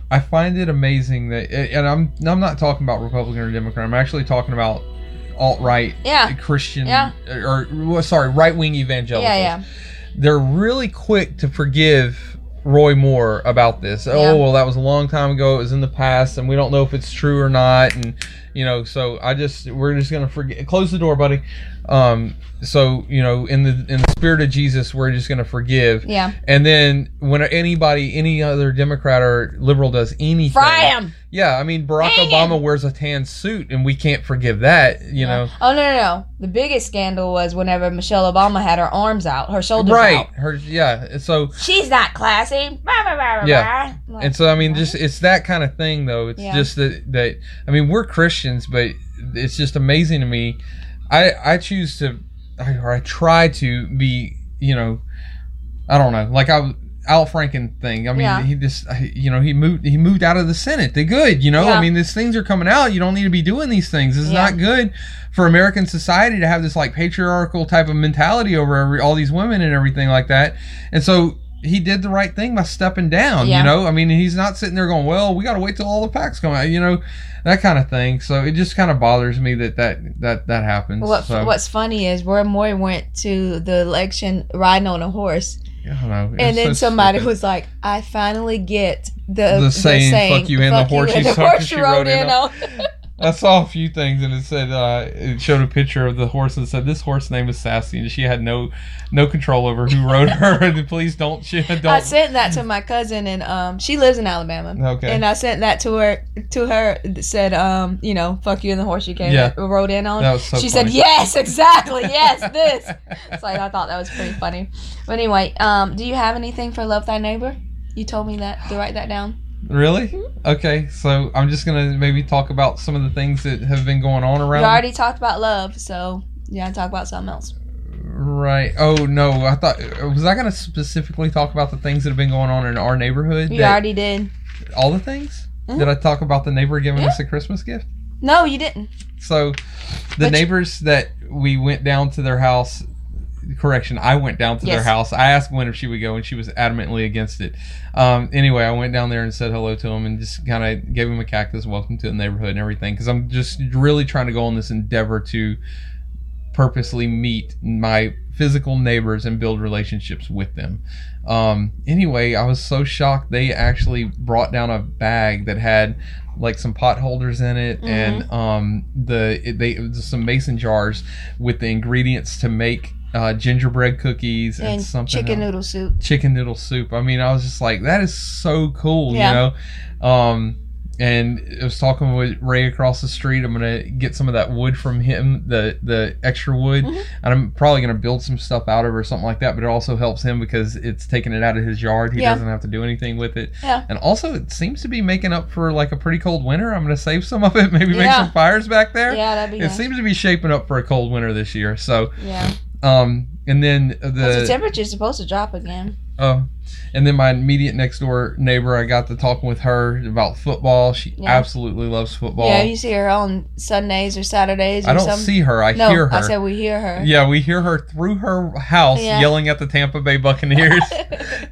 I find it amazing that, and I'm I'm not talking about Republican or Democrat. I'm actually talking about alt right
Yeah,
Christian
Yeah.
or, or- well, sorry right wing
yeah,
evangelicals.
yeah.
They're really quick to forgive Roy Moore about this.
Yeah.
Oh, well, that was a long time ago. It was in the past, and we don't know if it's true or not. And you know, so I just we're just gonna forget. Close the door, buddy. Um, so you know, in the in the spirit of Jesus, we're just gonna forgive.
Yeah.
And then when anybody, any other Democrat or liberal does anything,
Fry him.
Yeah, I mean Barack
Hang
Obama wears a tan suit, and we can't forgive that. You know,
Oh no no no! The biggest scandal was whenever Michelle Obama had her arms out, her shoulders
right?
out.
Her, yeah. So
She's not classy. Blah, blah, blah, blah,
Yeah.
blah.
And so I mean, just it's that kind of thing, though. It's
Yeah.
just that that I mean, we're Christians, but it's just amazing to me. I I choose to, I- or I try to be, you know, I don't know, like I. Al Franken thing. I mean,
Yeah.
he just, I- you know, he moved. He moved out of the Senate. They good, you know.
Yeah.
I mean, these things are coming out. You don't need to be doing these things. It's
Yeah.
not good for American society to have this like patriarchal type of mentality over every, all these women and everything like that. And so he did the right thing by stepping down.
Yeah.
You know, I mean, he's not sitting there going, "Well, we got to wait till all the facts come out." You know, that kind of thing. So it just kind of bothers me that that that that happens.
What,
so,
What's funny is Roy Moore went to the election riding on a horse,
I don't know. It's
and then
so
somebody
stupid.
was like, "I finally get the,
The saying, "Fuck you and the horse you sucked," and she rode in
on."
I saw a few things, and it said uh, it showed a picture of the horse and said this horse name is Sassy, and she had no no control over who rode her. And please don't she don't.
I sent that to my cousin, and um, she lives in Alabama.
okay.
And I sent that to her. To her, that said, um, you know, fuck you and the horse you came
Yeah.
rode in on.
that was so
she
funny.
said, "Yes, exactly. Yes, this." It's like I thought that was pretty funny. But anyway, um, do you have anything for love thy neighbor? You told me that to write that down.
Really?
Mm-hmm.
Okay, so I'm just gonna maybe talk about some of the things that have been going on around.
You already talked about love, so you gotta talk about something else.
Right. Oh no, I thought was I gonna specifically talk about the things that have been going on in our neighborhood?
You
that-
already did.
all the things.
Mhm.
Did I talk about the neighbor giving us a Christmas gift?
No, you didn't.
So, the
Which-
neighbors that we went down to their house. Correction, I went down to their
Yes.
house. I asked Gwen if she would go, and she was adamantly against it. Um, anyway, I went down there and said hello to him and just kind of gave him a cactus, welcome to the neighborhood and everything, because I'm just really trying to go on this endeavor to purposely meet my physical neighbors and build relationships with them. Um, anyway, I was so shocked they actually brought down a bag that had like some potholders in it and um, the it, they it was some mason jars with the ingredients to make uh, gingerbread cookies and,
And
something
chicken
else
noodle soup.
chicken noodle soup. I mean, I was just like, that is so cool,
Yeah.
you know. Um, and I was talking with Ray across the street. I'm gonna get some of that wood from him, the the extra wood,
Mhm.
and I'm probably gonna build some stuff out of it or something like that. But it also helps him because it's taking it out of his yard. He
Yeah.
doesn't have to do anything with it.
Yeah.
And also, it seems to be making up for like a pretty cold winter. I'm gonna save some of it. Maybe make
Yeah.
some fires back there.
Yeah, that'd be
It
nice.
seems to be shaping up for a cold winter this year. So,
yeah.
um, and then
Because the
the
temperature's supposed to drop again.
um, and then my immediate next door neighbor, I got to talking with her about football. She
Yeah.
absolutely loves football.
yeah, you see her on Sundays or Saturdays or
I don't
something.
see her. I
no,
hear her.
I said we hear her.
yeah, we hear her through her house
Yeah.
yelling at the Tampa Bay Buccaneers.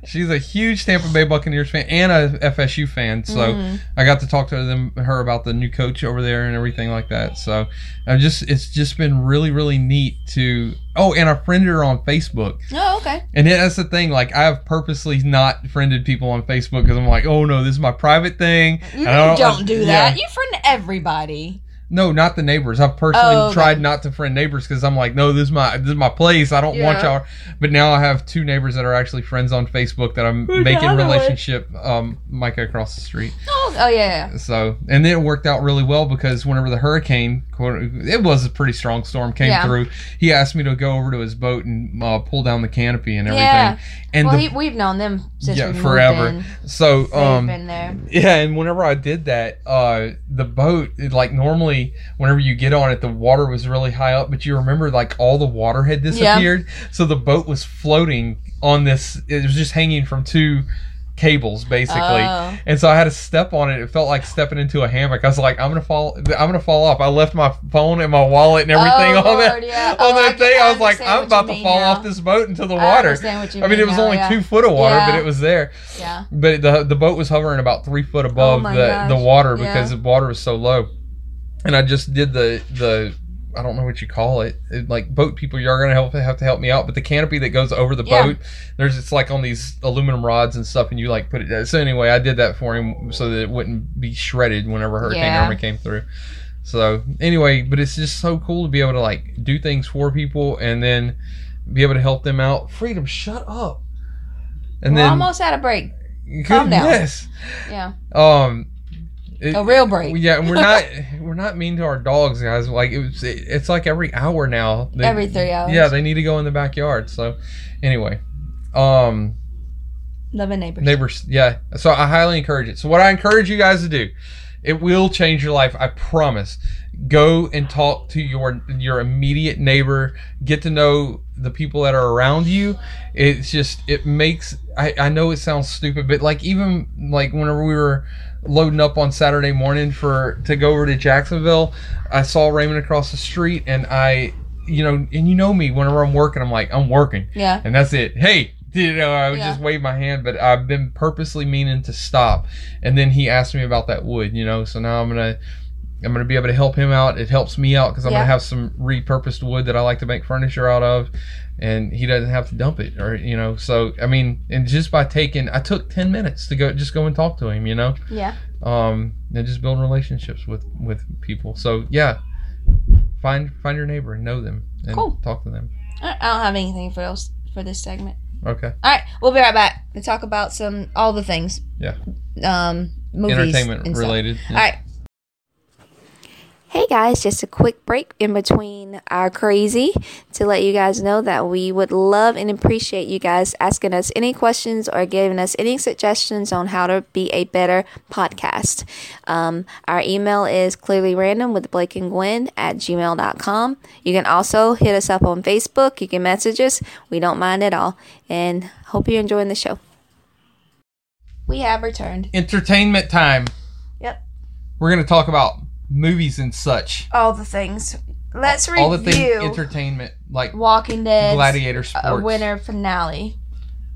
She's a huge Tampa Bay Buccaneers fan and a FSU fan. So
Mhm.
I got to talk to them her about the new coach over there and everything like that. So I just it's just been really really neat to oh and I friended her on Facebook.
Oh, okay.
And yeah, that's the thing. Like, I have purposely not friended people on Facebook because I'm like, oh no, this is my private thing.
You
I
don't, do that.
yeah.
You friend everybody.
No, not the neighbors. I've personally
Oh, okay.
tried not to friend neighbors because I'm like, no, this is my this is my place. I don't want
Yeah.
y'all. But now I have two neighbors that are actually friends on Facebook that I'm
Who's the
making
other one?
relationship. Um, Micah across the street.
Oh, oh yeah.
So and then it worked out really well because whenever the hurricane, quote- it was a pretty strong storm came
Yeah.
through, he asked me to go over to his boat and uh, pull down the canopy and everything.
Yeah.
And
well,
the,
he, we've known them since
Yeah,
we moved
forever.
in.
so
They've
um,
been there.
Yeah, and whenever I did that, uh, the boat, it, like normally, whenever you get on it, the water was really high up, but you remember like all the water had disappeared, so the boat was floating on this. It was just hanging from two cables, basically.
Oh.
And so I had to step on it. It felt like stepping into a hammock. I was like, I'm gonna fall. I'm gonna fall off. I left my phone and my wallet and everything
Oh,
on that
Lord, yeah.
on
Oh, I
that
get-
thing.
I
I was like,
understand
I'm
what
about
you
to
mean
fall
now.
off this boat into the
I
water.
understand what you
I mean, it was
now,
only
yeah.
two foot of water,
Yeah.
but it was there.
Yeah. Oh
But the the boat was hovering about three foot above
my
the,
gosh.
the water
Yeah.
because the water was so low. And I just did the the I don't know what you call it. it like boat people, you're gonna help have to help me out. But the canopy that goes over the
Yeah.
boat, there's it's like on these aluminum rods and stuff, and you like put it. down. So anyway, I did that for him so that it wouldn't be shredded whenever Hurricane
Yeah.
Irma came through. So anyway, but it's just so cool to be able to like do things for people and then be able to help them out. Freedom, shut up. And
We're
then
almost at a break.
Good-
calm down.
Yes.
Yeah.
Um. it-
A real break.
yeah, and we're not we're not mean to our dogs, guys. Like it was, it, it's like every hour now. They,
Every three hours.
Yeah, they need to go in the backyard. So, anyway, um,
Loving neighbors.
neighbors. Yeah, so I highly encourage it. So what I encourage you guys to do, it will change your life. I promise. Go and talk to your your immediate neighbor. Get to know the people that are around you. It's just it makes. I I know it sounds stupid, but like even like whenever we were loading up on Saturday morning for to go over to Jacksonville, I saw Raymond across the street, and I. You know, and you know me. Whenever I'm working, I'm like, I'm working
yeah.
and that's it. Hey, you know, I would
Yeah.
just wave my hand, but I've been purposely meaning to stop. And then he asked me about that wood, you know, so now I'm gonna. I'm gonna be able to help him out. It helps me out because I'm
Yeah.
gonna have some repurposed wood that I like to make furniture out of, and he doesn't have to dump it, or you know. So I mean, and just by taking, I took ten minutes to go, just go and talk to him, you know,
Yeah.
um, and just build relationships with with people. So yeah, find find your neighbor, and know them, and
Cool.
talk to them.
I I don't have anything for else for this segment.
Okay,
All right, we'll be right back to talk about some all the things.
Yeah.
Um, movies.
entertainment
and stuff.
related.
All right.
Hey guys, just a quick break in between our crazy to let you guys know that we would love and appreciate you guys asking us any questions or giving us any suggestions on how to be a better podcast. Um, our email is clearly random with Blake and Gwen at gmail.com. You can also hit us up on Facebook. You can message us. We don't mind at all. And hope you're enjoying the show.
We have returned.
entertainment time.
Yep.
We're going to talk about movies and such.
All the things. Let's review
All the things entertainment, like
Walking Dead
gladiator
uh,
sports.
winner finale.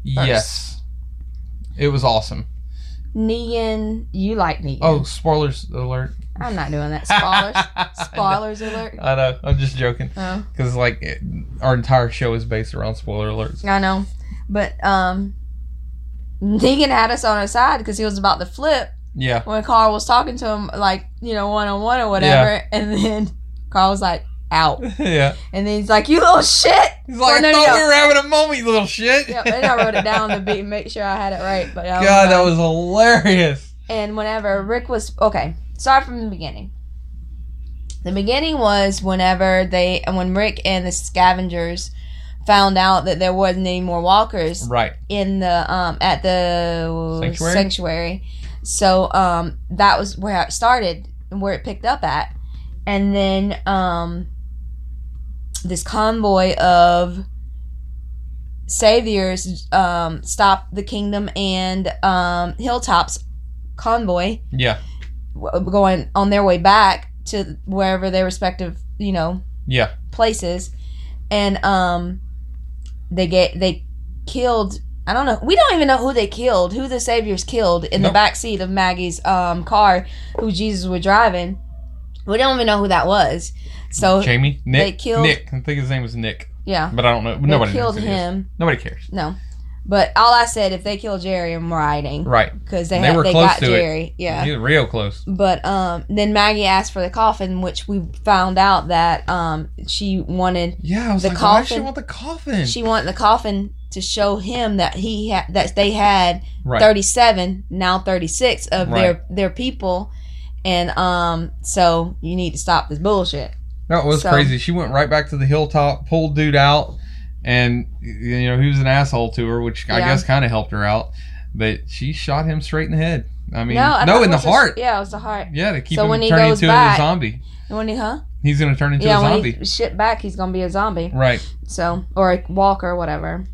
Yes. It was awesome.
Negan, you like Negan.
Oh, spoilers alert.
I'm not doing that. Spoilers. Spoilers alert.
I know. I'm just joking.
Oh,
Because, like, it, our entire show is based around spoiler alerts.
I know, but um, Negan had us on our side because he was about to flip
Yeah.
when Carl was talking to him, like you know, one on one or whatever, and then Carl was like, "Out."
yeah.
And then he's like, "You little shit!"
He's like,
Oh, no,
I thought
no.
we were having a moment, you little shit.
Yep, and I wrote it down to be make sure I had it right. But I
God, that
like-
was hilarious.
And whenever Rick was okay, start from the beginning. The beginning was whenever they when Rick and the scavengers found out that there wasn't any more walkers
Right.
in the um at the
Sanctuary?
sanctuary. So um that was where it started and where it picked up at. And then um this convoy of saviors um stopped the kingdom and um hilltops convoy
Yeah.
w- going on their way back to wherever their respective, you know,
Yeah.
places and um they get they killed i don't know we don't even know who they killed who the saviors killed in
Nope.
the back seat of maggie's um car who jesus was driving we don't even know who that was so
Jamie? Nick?
Oh, killed-
Nick. I think his name was Nick.
yeah
But I don't know.
they
Nobody
killed
knows who he is.
him
Nobody cares.
no but all i said if they kill jerry i'm riding
Right.
because they,
They
had-
were
they
close
got
to it.
jerry yeah
He was real close.
But um, then Maggie asked for the coffin, which we found out that um, she wanted.
Yeah, I was
The
like, why does she
coffin-
want the coffin?
She wanted the coffin to show him that he had that they had
right.
37 now 36 of their their people, and um, so you need to stop this bullshit.
That was
so-
crazy. She went right back to the hilltop, pulled dude out, and you know he was an asshole to her, which I
Yeah.
guess kind of helped her out. But she shot him straight in the head. I mean, no,
I thought it
in the
was a-
heart.
yeah, it was the heart.
yeah, to keep
So
him
when he
turning
goes
into a
back-
zombie.
And when he, huh?
He's gonna turn into
yeah,
a
when
zombie.
he shit back, he's gonna be a zombie.
Right.
So or a walker, whatever.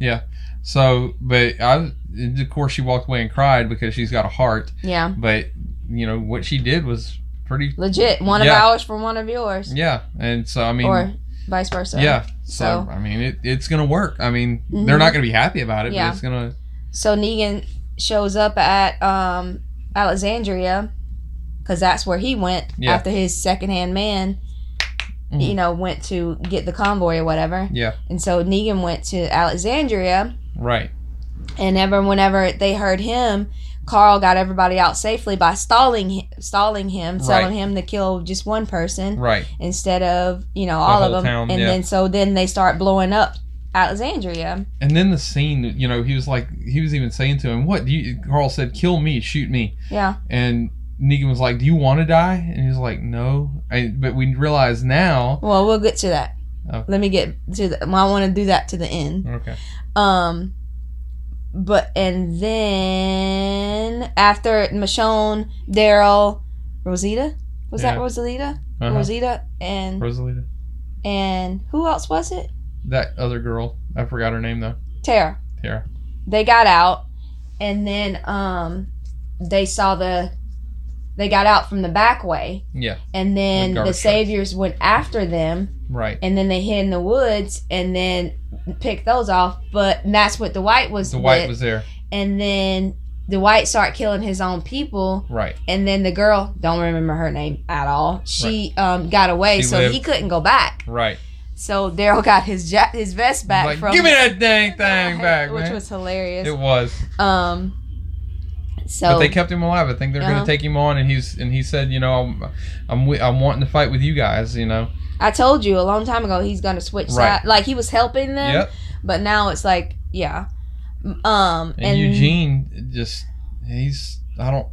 So, but I, and of course, she walked away and cried because she's got a heart.
Yeah,
But you know what she did was pretty.
legit. One
Yeah.
of ours for one of yours,
Yeah, and so I mean,
or vice versa.
yeah. So,
so-
I mean, it, it's gonna work. I mean, they're
Mhm.
not gonna be happy about it,
Yeah.
but it's gonna.
So Negan shows up at um, Alexandria because that's where he went
Yeah.
after his secondhand man
Mhm.
you know, went to get the convoy or whatever.
Yeah.
And so Negan went to Alexandria,
Right.
and ever whenever they heard him, Carl got everybody out safely by stalling hi- stalling him, telling
Right.
him to kill just one person
Right.
instead of you know all of
whole
them.
town,
and
yeah.
then so then they start blowing up Alexandria.
And then the scene, you know, he was like, he was even saying to him, "What do you?" Carl said, "Kill me, shoot me."
Yeah,
And Negan was like, "Do you want to die?" And he was like, "No." And, but we realize now,
well we'll get to that.
Okay.
Let me get to the. well, I want to do that to the end.
okay,
Um, but and then after Michonne, Daryl, Rosita, was that
Yeah.
Rosalita?
uh-huh.
Rosita and
Rosalita,
and who else was it?
that other girl, I forgot her name though.
Tara.
Tara.
They got out, and then um, they saw the. They got out from the back way,
Yeah,
and then the
With garbage trucks.
saviors went after them,
right.
and then they hid in the woods, and then picked those off. But and that's what Dwight was.
The white
with.
was there,
and then the white start killing his own people
right?
and then the girl don't remember her name at all she um, got away
She
so
lived.
he couldn't go back
Right.
so daryl got his ja- his vest back
Like,
from
give me that dang thing back,
which
man.
was hilarious
it was,
um so
but they kept him alive. I think they're
Uh-huh.
gonna take him on, and he's and he said, you know, I'm, I'm, wi- I'm wanting to fight with you guys, you know.
i told you a long time ago he's gonna switch
Right.
side like he was helping them
Yep.
but now it's like yeah um
And, Eugene just, he's, I don't,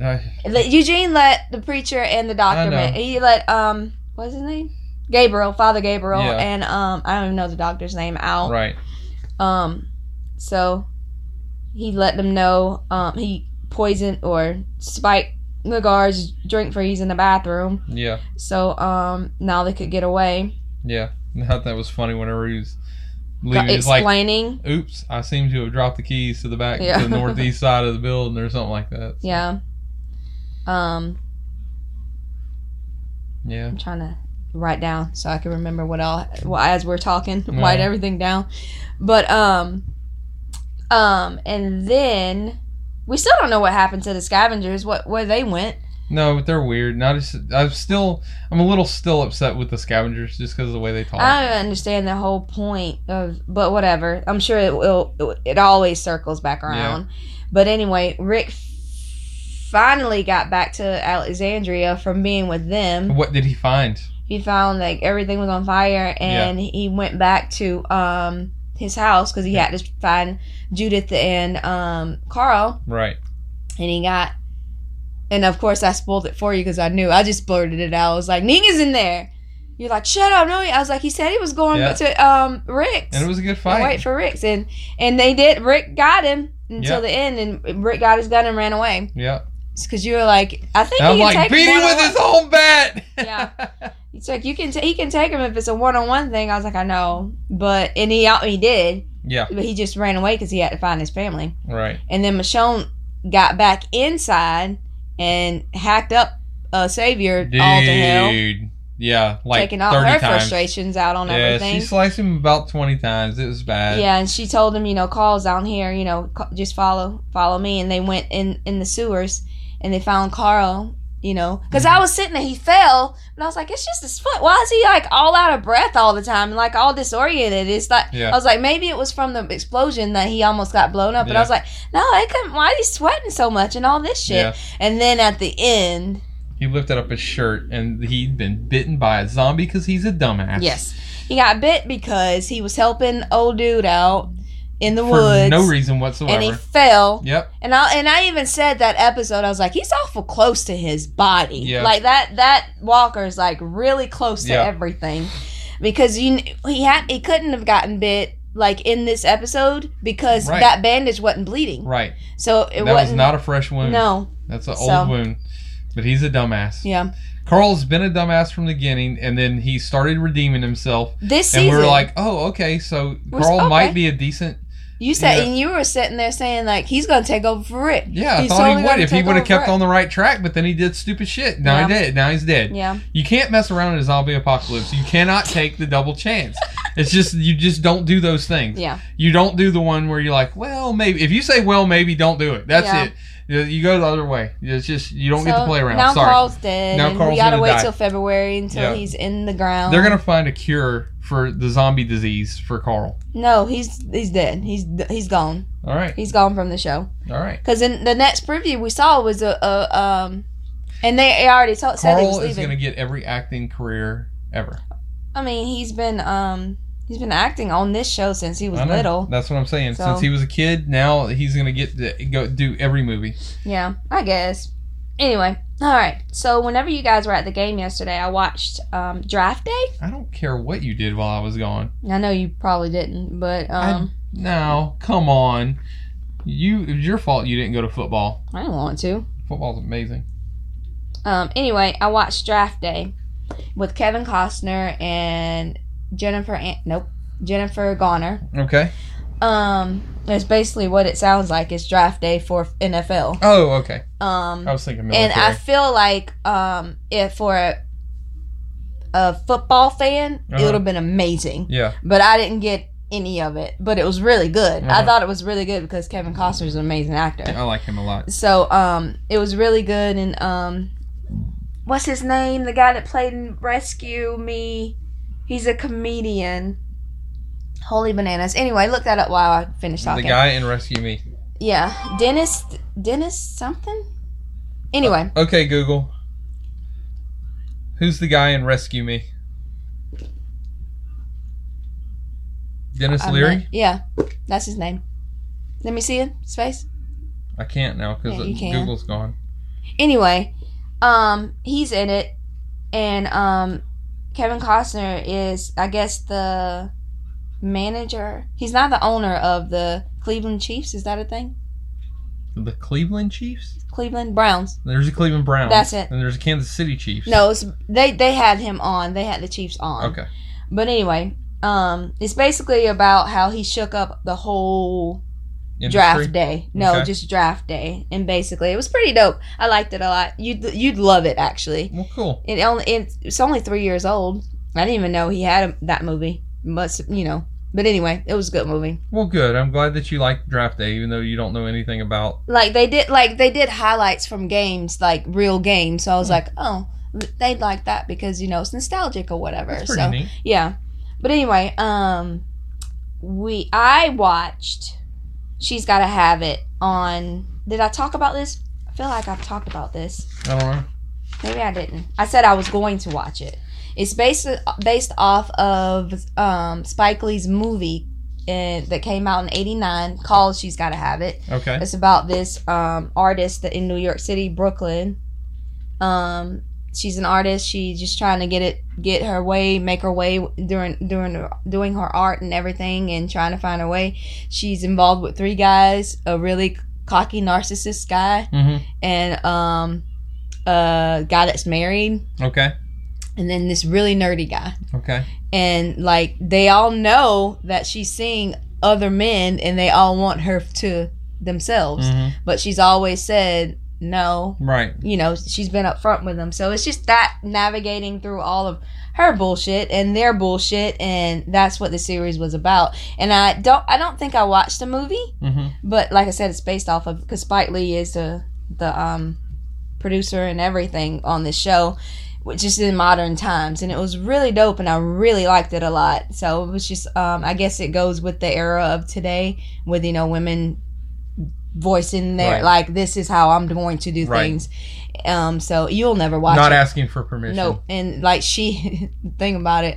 uh,
Le- Eugene let the preacher and the
I
doctor.
know.
Man, he let um, what's his name? Gabriel, Father Gabriel,
Yeah.
and um, I don't even know the doctor's name out.
right.
Um, so he let them know. Um, he poisoned or spiked the guards' drink freeze in the bathroom.
Yeah.
So um, now they could get away.
Yeah. I thought that was funny whenever he was leaving. He's like,
Explaining,
oops, I seem to have dropped the keys to the back,
Yeah.
to the northeast side of the building or something like that. So,
yeah. Um,
Yeah.
I'm trying to write down so I can remember what all well, as we're talking,
Yeah.
write everything down. But um, um, and then we still don't know what happened to the scavengers. What where they went?
No, but they're weird. Not just, I'm still, I'm a little still upset with the scavengers just because of the way they talk.
I don't understand the whole point of, but whatever. I'm sure it will. It always circles back around. But anyway, Rick finally got back to Alexandria from being with them.
what did he find?
he found like everything was on fire and he went back to um his house because he had to find judith and um carl
Right.
and he got and of course i spoiled it for you because i knew i just blurted it out i was like nigga's in there you're like shut up no i was like he said he was going
Yeah.
to um rick's
And it was a good
and
fight.
wait for rick's and and they did rick got him until the end and rick got his gun and ran away
yeah.
because you were like i think
And I'm
he can
like,
take
beat him
one-on-one."
with his own bat.
Yeah. It's like you can t- he can take him if it's a one on one thing. I was like, I know, but and he out he did,
yeah.
but he just ran away because he had to find his family.
Right.
And then Michonne got back inside and hacked up uh, Savior all to hell,
Dude. Yeah. Like
taking all
30
her
times.
frustrations out on everything.
she sliced him about twenty times. It was bad.
Yeah, and she told him, you know, Carl's down here, you know, ca- just follow, follow me. And they went in in the sewers, and they found Carl, you know, because
Mm-hmm.
I was sitting there, he fell, and I was like, it's just his foot. Why is he like all out of breath all the time and like all disoriented? It's like
Yeah.
I was like, maybe it was from the explosion that he almost got blown up. But I
Yeah.
was like, no, it couldn't. Why is he sweating so much and all this shit?
Yeah.
And then at the end,
He lifted up his shirt, and he'd been bitten by a zombie because he's a dumbass.
yes, he got bit because he was helping old dude out in the
For
woods.
no reason whatsoever.
and he fell.
yep.
And I and I even said that episode. I was like, he's awful close to his body.
Yeah.
Like that that Walker is like really close to
Yeah.
everything, because you kn- he had he couldn't have gotten bit like in this episode because
Right.
that bandage wasn't bleeding.
Right.
So it
That
wasn't.
was not a fresh wound.
no.
That's an
So-
old wound. But he's a dumbass.
Yeah.
Carl's been a dumbass from the beginning, and then he started redeeming himself.
This
And
season,
we were like, oh, okay, so
We're s-
Carl
okay.
might be a decent.
you said,
yeah.
and you were sitting there saying like he's gonna take over for Rick.
Yeah, I
He's
thought
totally
he would
gonna
if he
take
would have
over
kept
it.
on the right track, but then he did stupid shit. Now he
Yeah.
did. Now he's dead.
Yeah.
You can't mess around in a zombie apocalypse. You cannot take the double chance. It's just you just don't do those things.
Yeah.
You don't do the one where you're like, well, maybe. If you say, well, maybe, don't do it. That's
Yeah.
it. You, you go the other way. It's just you don't get
So,
to play around.
Now
Sorry.
Carl's dead.
Now
and we
Carl's
gotta
gonna
wait
die.
till February until
Yeah.
he's in the ground.
They're gonna find a cure for the zombie disease for Carl.
No, he's he's dead. He's he's gone.
All right,
He's gone from the show.
all right.
Because in the next preview we saw was a, a um, and they already told, said he was
Carl is
leaving.
gonna get every acting career ever.
I mean, he's been um, he's been acting on this show since he was
I know.
little.
That's what I'm saying.
So-
Since he was a kid, now he's gonna get to go do every movie.
Yeah, I guess. Anyway, all right. So whenever you guys were at the game yesterday, I watched um, Draft Day.
I don't care what you did while I was gone.
I know you probably didn't, but um,
No, come on. You, it was your fault. You didn't go to football.
I, didn't want to.
Football's amazing.
Um, anyway, I watched Draft Day with Kevin Costner and Jennifer. An- nope, Jennifer Garner.
Okay.
Um, that's basically what it sounds like. It's Draft Day for NFL.
Oh, okay.
Um,
I was thinking
and
military.
I feel like um, if for a, a football fan,
Uh-huh.
it would have been amazing.
yeah.
but I didn't get any of it. But it was really good. I
Uh-huh.
thought it was really good because Kevin Costner is an amazing actor.
I like him a lot.
So um, it was really good. And um, what's his name? The guy that played in Rescue Me. He's a comedian. Holy bananas! Anyway, look that up while I finish talking.
The guy in Rescue Me.
yeah, Dennis. Dennis something. Anyway,
Okay, Google. Who's the guy in Rescue Me? Dennis
I'm
Leary?
not- yeah, that's his name. Let me see it. His face.
I can't now because
Yeah, you can.
Google's gone.
anyway, um, he's in it, and um, Kevin Costner is, I guess, the manager. He's not the owner of the Cleveland Chiefs. Is that a thing?
The Cleveland Chiefs?
Cleveland Browns.
There's a Cleveland Browns.
That's it.
And there's a Kansas City Chiefs.
No, it's, they they had him on. They had the Chiefs on.
Okay.
But anyway, um, it's basically about how he shook up the whole
Industry?
draft day. No,
Okay.
just draft day, and basically it was pretty dope. I liked it a lot. You'd you'd love it actually.
Well, cool.
It only it's, it's only three years old. I didn't even know he had a, that movie. Must you know? But anyway, it was a good movie.
Well, good. I'm glad that you like draft day, even though you don't know anything about.
Like they did, like they did highlights from games, like real games. So I was
Hmm.
like, oh, they'd like that because you know it's nostalgic or whatever.
That's pretty
so
neat.
yeah, but anyway, um, we I watched. She's got to have it on. Did I talk about this? I feel like I've talked about this.
I don't know.
Maybe I didn't. I said I was going to watch it. It's based based off of um, Spike Lee's movie uh that came out in '89 called "She's Got to Have It."
Okay.
It's about this um, artist that in New York City, Brooklyn. Um, she's an artist. She's just trying to get it, get her way, make her way during during doing her art and everything, and trying to find her way. She's involved with three guys: a really cocky narcissist guy,
Mm-hmm.
and um, a guy that's married,
Okay.
and then this really nerdy guy.
Okay.
And like they all know that she's seeing other men, and they all want her to themselves.
Mm-hmm.
But she's always said no.
Right.
You know, she's been upfront with them, so it's just that navigating through all of her bullshit and their bullshit, and that's what the series was about. And I don't, I don't think I watched the movie
Mm-hmm.
but like I said, it's based off of because Spike Lee is the the um, producer and everything on this show, which is in modern times, and it was really dope, and I really liked it a lot. So it was just, um, I guess it goes with the era of today, with you know women voicing their
Right.
like this is how I'm going to do
Right.
things. Um, so you'll never watch
Not
it.
asking for permission.
no, and like she, the thing about it,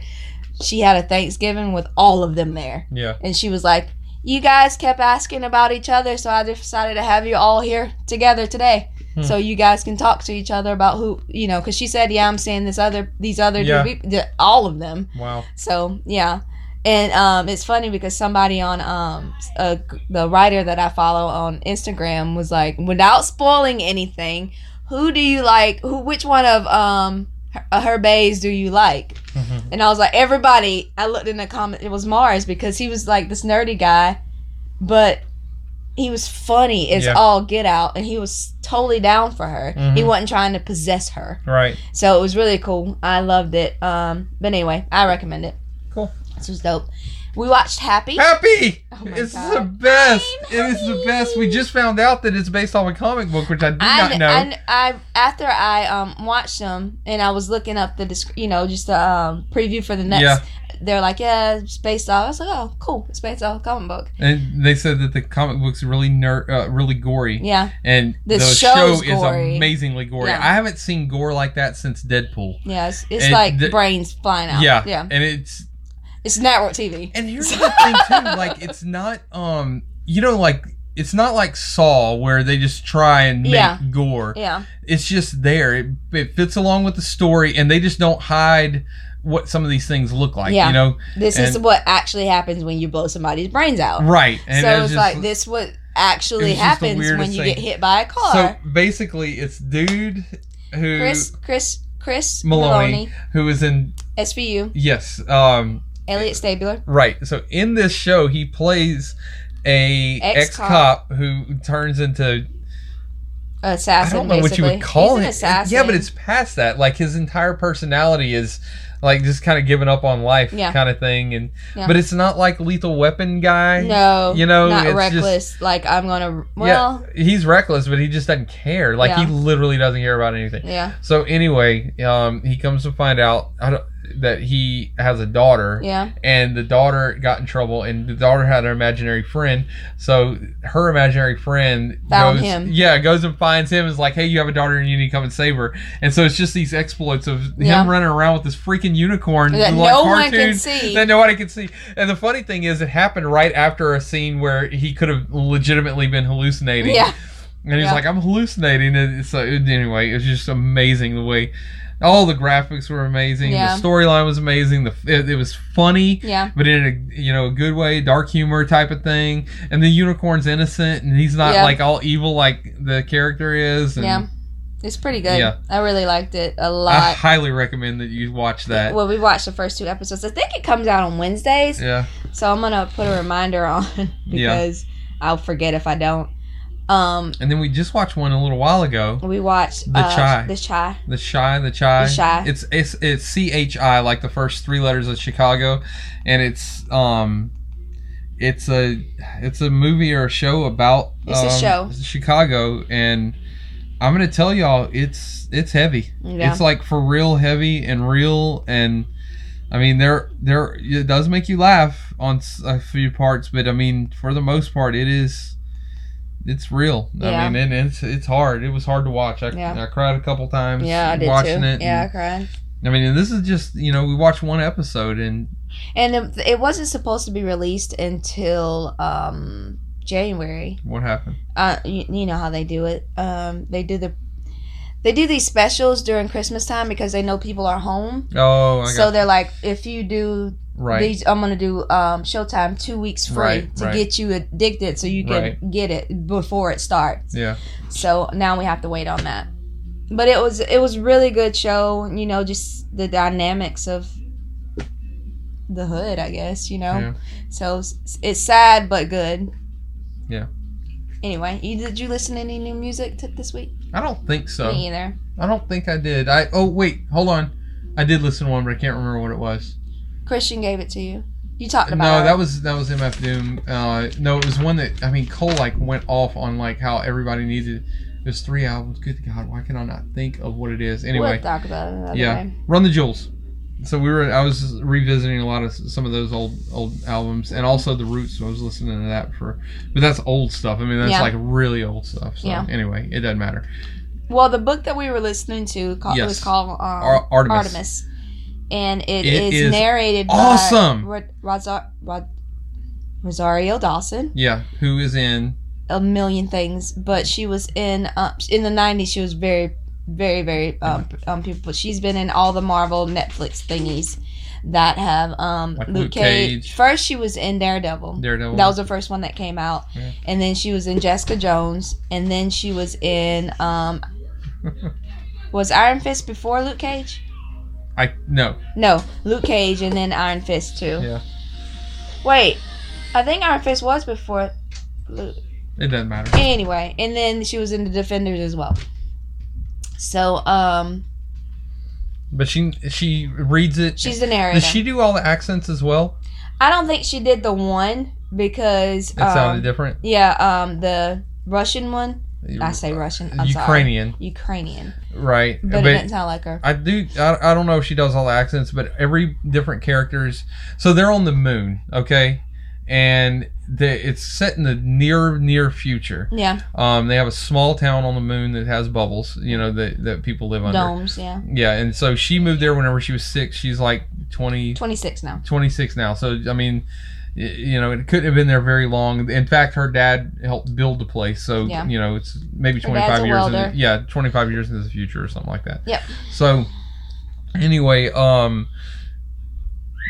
she had a Thanksgiving with all of them there
Yeah.
and she was like, "You guys kept asking about each other, so I decided to have you all here together today,
Hmm.
so you guys can talk to each other about who you know." Because she said, "Yeah, I'm seeing this other, these other,
Yeah.
two peop- the- all of them."
Wow.
So yeah, and um, it's funny because somebody on um, a, the writer that I follow on Instagram was like, without spoiling anything, who do you like? Who, which one of um, her, her bays do you like?
Mm-hmm.
And I was like, everybody, I looked in the comment, it was Mars because he was like this nerdy guy, but he was funny as
Yeah.
all get out and he was totally down for her. He
Mhm.
wasn't trying to possess her.
Right.
So it was really cool. I loved it. Um, but anyway, I recommend it.
Cool.
Cats was dope. We watched Happy.
Happy!
Oh my
it's
God.
the best.
I'm
It is the
happy.
best. We just found out that it's based on a comic book, which I did
I,
not know.
I, I after I um watched them and I was looking up the disc- you know just the um, preview for the next.
Yeah.
They're like, yeah, it's based off. I was like, oh, cool, it's based off a comic book.
and they said that the comic book's really ner- uh, really gory.
Yeah,
And
The
the, show
show's
is
gory.
amazingly gory.
Yeah.
I haven't seen gore like that since Deadpool.
yeah, it's, it's
And
like
the-
brains flying out.
Yeah.
yeah,
And it's
it's network TV.
And here's the thing too, like it's not um you know like it's not like Saw where they just try and make
Yeah.
gore.
yeah,
It's just there. It, it fits along with the story and they just don't hide what some of these things look like,
Yeah.
you know?
this is
And-
what actually happens when you blow somebody's brains out.
Right.
so
it
it's
was just-
like this what
it
actually
was just the
happens when
weirdest
you
thing.
get hit by a car.
So basically it's dude who
Chris, Chris, Chris
Maloney.
Maloney,
who is in
SVU,
yes, um
Elliot Stabler.
Right. So in this show, he plays a ex
Ex-cop.
cop who turns into I
assassin.
don't know
basically.
what you would call
He's
it.
An assassin.
Yeah, but it's past that. Like his entire personality is like just kind of giving up on life,
Yeah.
kind of thing. And
Yeah.
but it's not like Lethal Weapon guy.
no,
you know,
not
it's just-
reckless. like I'm gonna.
Yeah,
Well,
he's reckless, but he just doesn't care. Like
Yeah.
he literally doesn't care about anything.
yeah,
So anyway, um, he comes to find out I don't, that he has a daughter.
yeah,
and the daughter got in trouble and the daughter had an imaginary friend so her imaginary friend
Found
goes,
him.
yeah goes and finds him and is like hey you have a daughter and you need to come and save her and so it's just these exploits of
Yeah.
him running around with this freaking unicorn
That
like
no one can
cartoon
see.
that nobody can see and the funny thing is it happened right after a scene where he could have legitimately been hallucinating
yeah.
and he's
Yeah.
like, I'm hallucinating. And it's like, anyway, it's just amazing the way all the graphics were amazing.
Yeah.
The storyline was amazing. The it, it was funny,
Yeah.
but in a you know a good way, dark humor type of thing. And the unicorn's innocent, and he's not
Yeah.
like all evil like the character is. And
Yeah. It's pretty good.
Yeah.
I really liked it a
I
lot.
highly recommend that you watch that.
Well, we watched the first two episodes. I think it comes out on Wednesdays,
yeah,
so I'm gonna put a reminder on because I'll forget if I don't. Um,
and then we just watched one a little while ago.
we watched
The
uh,
Chi.
The chai.
The shy, the chai.
The Chi.
It's it's it's C H I, like the first three letters of Chicago, and it's um, it's a it's a movie or a show about
It's a
um,
show.
Chicago, and I'm gonna tell y'all it's it's heavy.
Yeah.
It's like for real heavy and real and. I mean, there, there. It does make you laugh on s- a few parts, but I mean, for the most part, it is, it's real.
Yeah.
I mean, and it's it's hard. It was hard to watch. I,
Yeah.
I cried a couple times
Yeah, I did
watching
too.
it.
yeah, I
and-
cried.
I mean, and this is just you know we watched one episode and
And it, it wasn't supposed to be released until um, January.
what happened?
Uh, you, you know how they do it. Um, they do the they do these specials during Christmas time because they know people are home.
Oh, I
So
got
they're like, if you do
right.
these, I'm gonna do um, Showtime two weeks free
Right,
to
right.
get you addicted, so you can
Right.
get it before it starts.
yeah,
So now we have to wait on that. But it was it was really good show. You know, just the dynamics of the hood, I guess. You know,
Yeah.
so it's, it's sad but good.
Yeah.
Anyway, you, did you listen to any new music t- this week?
I don't think
Me
so.
either.
I don't think I did. I oh wait, hold on. I did listen to one, but I can't remember what it was.
Christian gave it to you. You talked
No,
about. it.
that was that was MF Doom. Uh, no, it was one that I mean Cole like went off on like how everybody needed. There's three albums. Good God, why can I not think of what it is? Anyway,
We'll talk about it another
yeah
day.
run the jewels so we were i was revisiting a lot of s- some of those old old albums and also the roots i was listening to that for but that's old stuff i mean that's
Yeah.
like really old stuff so
Yeah.
anyway it doesn't matter
Well, the book that we were listening to ca-
Yes.
was called um,
Ar- Artemis.
and it
It
is,
is
narrated
awesome.
by Ro- Rosa- Ro- Rosario Dawson.
yeah who is in
A million things, but she was in uh, in the '90s. She was very, very, very um, um people. She's been in all the Marvel Netflix thingies that have um,
Like
Luke,
Luke
Cage.
Cage.
First, she was in Daredevil.
daredevil
That was the first one that came out,
Yeah.
and then she was in Jessica Jones, and then she was in um, was Iron Fist before Luke Cage?
i no
No, Luke Cage and then Iron Fist too.
Yeah.
Wait, I think Iron Fist was before. Luke.
it doesn't matter
Anyway, and then she was in the Defenders as well. So um,
But she she reads it.
She's the narrator.
Does she do all the accents as well?
I don't think she did the one because
It sounded
um,
different.
yeah, um, the Russian one. I say Russian. I'm sorry.
Uh, Ukrainian,
Ukrainian,
right?
but, it didn't
But
sound like her.
I do. I, I don't know if she does all the accents, but every different characters. So they're on the moon, okay, and they, it's set in the near near future.
Yeah,
Um, they have a small town on the moon that has bubbles, you know, that that people live under.
domes. Yeah,
Yeah, and so she moved there whenever she was six. She's like 20,
twenty six now.
26 now. So I mean, y- you know, it couldn't have been there very long. In fact, her dad helped build the place, so
Yeah.
you know, it's maybe
Her dad's
25
a
years. In
welder.
the, yeah, 25 years into the future or something like that.
Yep.
So anyway, um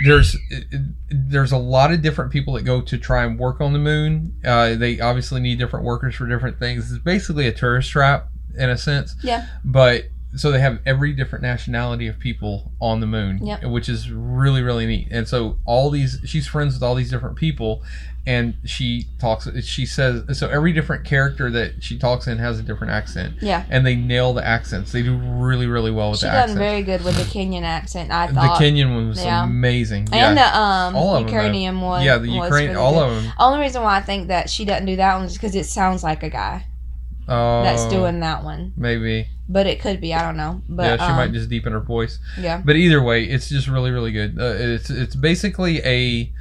there's it- it- there's a lot of different people that go to try and work on the moon. Uh, they obviously need different workers for different things. It's basically a tourist trap in a sense.
Yeah.
But so they have every different nationality of people on the moon,
Yep.
which is really really neat. And so all these she's friends with all these different people and she talks she says so every different character that she talks in has a different accent
Yeah,
and they nail the accents. They do really, really well with
she
the
done
accents.
very good with the Kenyan accent. I
the
thought,
Kenyan one was
Yeah.
amazing.
and
yeah.
the um
All of them, though.
Ukrainian one.
yeah, the
was
Ukraine,
really
all
good.
of them.
Only reason why I think that she doesn't do that one is because it sounds like a guy
Oh,
that's doing that one,
maybe.
but it could be. I don't know.
yeah,
But
she
um,
might just deepen her voice.
yeah,
But either way, it's just really, really good. Uh, it's it's basically a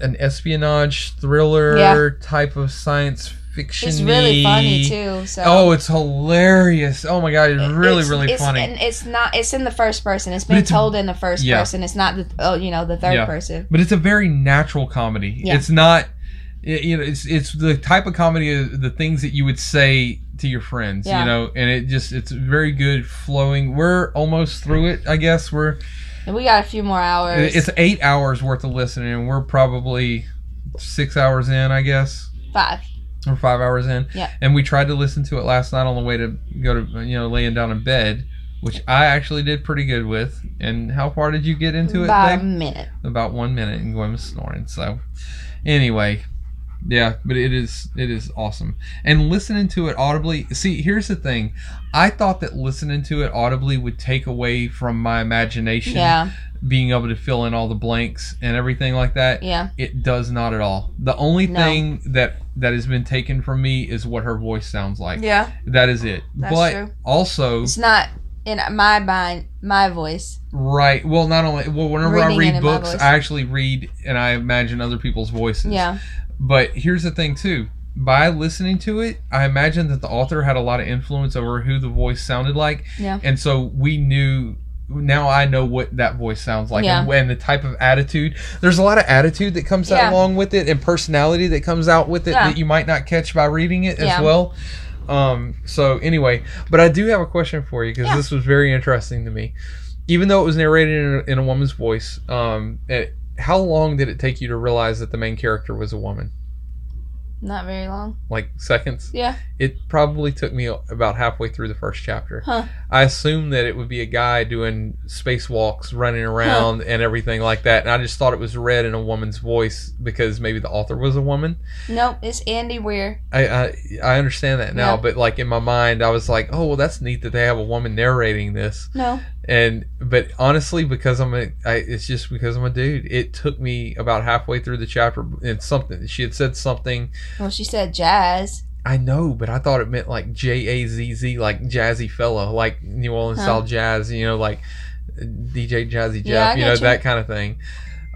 an espionage thriller
Yeah.
type of science fiction.
she's really funny too. So.
Oh, it's hilarious! Oh my god, it's really,
It's-
really
it's,
funny.
And it's not. It's in the first person. It's
But
being
it's-
told in the first
yeah.
person. It's not the. Oh, you know, the third
Yeah.
person.
but it's a very natural comedy.
Yeah.
It's not, it, you know, it's it's the type of comedy, uh, the things that you would say to your friends,
Yeah.
you know, and it just it's very good flowing. We're almost through it, I guess. We're
And we got a few more hours.
it's eight hours worth of listening, and we're probably six hours in, I guess.
five.
Or five hours in,
Yeah.
and we tried to listen to it last night on the way to go to you know laying down in bed, which I actually did pretty good with. And how far did you get into it?
About
babe?
a minute.
about one minute and Gwen was snoring. So, anyway, yeah, but it is it is awesome. And listening to it audibly. See, here's the thing. I thought that listening to it audibly would take away from my imagination,
Yeah.
being able to fill in all the blanks and everything like that.
Yeah.
It does not at all. The only
No.
thing that that has been taken from me is what her voice sounds like.
Yeah.
That is it.
That's
but
true.
also,
It's not in my mind. My voice.
right. Well, not only well, whenever I
Reading it in
read
my
books,
voice.
I actually read and I imagine other people's voices.
Yeah.
But here's the thing too. By listening to it, I imagine that the author had a lot of influence over who the voice sounded like.
Yeah.
And so we knew now I know what that voice sounds like
Yeah.
and, and the type of attitude. There's a lot of attitude that comes
Yeah.
out along with it and personality that comes out with it
Yeah.
that you might not catch by reading it
Yeah.
as well. Um, so anyway, but I do have a question for you because
Yeah.
this was very interesting to me. Even though it was narrated in a, in a woman's voice, um, it, how long did it take you to realize that the main character was a woman?
Not very long.
like seconds.
Yeah.
It probably took me about halfway through the first chapter.
Huh.
I assumed that it would be a guy doing spacewalks, running around, and everything like that. And I just thought it was read in a woman's voice because maybe the author was a woman.
Nope. It's Andy Weir.
I I, I understand that now,
Yeah.
but like in my mind, I was like, oh well, that's neat that they have a woman narrating this.
No.
And but honestly, because I'm a, I, it's just because I'm a dude. It took me about halfway through the chapter, and something she had said something
Well, she said jazz.
I know, but I thought it meant like J A Z Z, like jazzy fella, like New Orleans
Huh.
style jazz, you know, like DJ Jazzy Jeff,
Yeah, I
you know,
gotcha.
that kind of thing.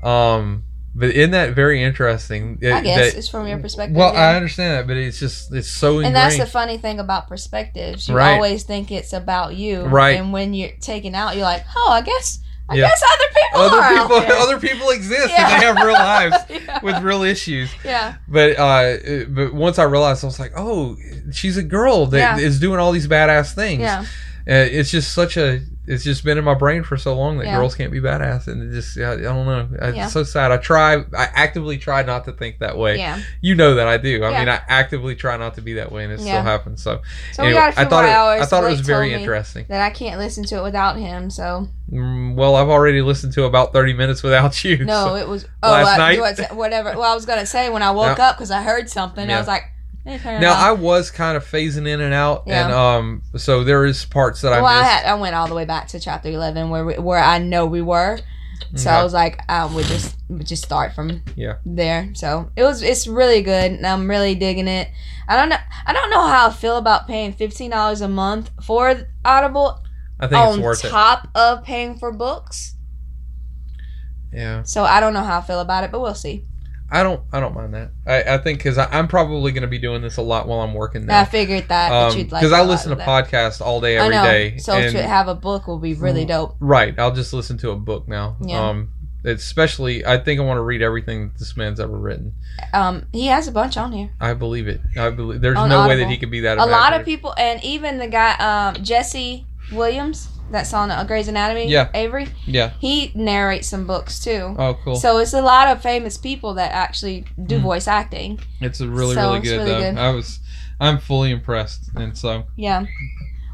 Um, but isn't that very interesting?
I
It-
guess
that-
it's from your perspective.
Well,
yeah.
I understand that, but it's just it's so
and
ingrained.
that's the funny thing about perspectives. You
Right.
always think it's about you.
Right.
And when you're taken out, you're like, oh, I guess, I
Yeah.
guess other people are
other
out
people,
there.
other people exist,
Oh, Yeah.
and they have real lives
yeah.
with real issues.
yeah.
But uh, it- but once I realized, I was like, oh, she's a girl that is
Yeah.
doing all these badass things.
Yeah.
Uh, it's just such a. It's just been in my brain for so long that
Yeah.
girls can't be badass, and it just I, I don't know. It's
Yeah.
so sad. I try. I actively try not to think that way.
Yeah.
You know that I do. I
Yeah.
mean, I actively try not to be that way, and it
Yeah.
still happens. So,
So
anyway,
we got a few
I thought
more
it.
hours.
I thought it
Blake
was very
told me
interesting.
That I can't listen to it without him. So
Mm, Well, I've already listened to about thirty minutes without you.
no,
so-
it was oh I,
Last night?
what- whatever. Well, I was gonna say when I woke up 'cause up because I heard something.
Yeah.
I was like, And turn it
Now
off.
I was kind of phasing in and out,
Yeah.
and um, so there is parts that I
well, I,
missed.
had, I went all the way back to chapter eleven where we, where I know we were, so
Okay.
I was like, I would just would just start from
Yeah.
there. So it was it's really good, and I'm really digging it. I don't know I don't know how I feel about paying fifteen dollars a month for Audible
I think it's
on
worth it.
top of paying for books.
Yeah,
So I don't know how I feel about it, but we'll see.
I don't. I don't mind that. I, I think because I'm probably going to be doing this a lot while I'm working
I
now.
figured that that
Because
you'd like a
Um, I
lot
listen to
of that.
podcasts all day
I
every day.
know. so
and-
to have a book will be really
Mm.
dope.
Right. I'll just listen to a book now.
Yeah.
Um, especially, I think I want to read everything that this man's ever written.
Um, he has a bunch on here.
I believe it. I believe there's
On
no way that
Audible.
he could be that.
a lot of
imaginative.
people, and even the guy um, Jesse Williams that's on uh, Grey's Anatomy,
Yeah.
Avery,
Yeah.
he narrates some books too.
Oh, cool.
So it's a lot of famous people that actually do
Mm.
voice acting.
it's a really,
so
really
it's
good.
really
though.
good.
I was, I'm fully impressed, and so
Yeah.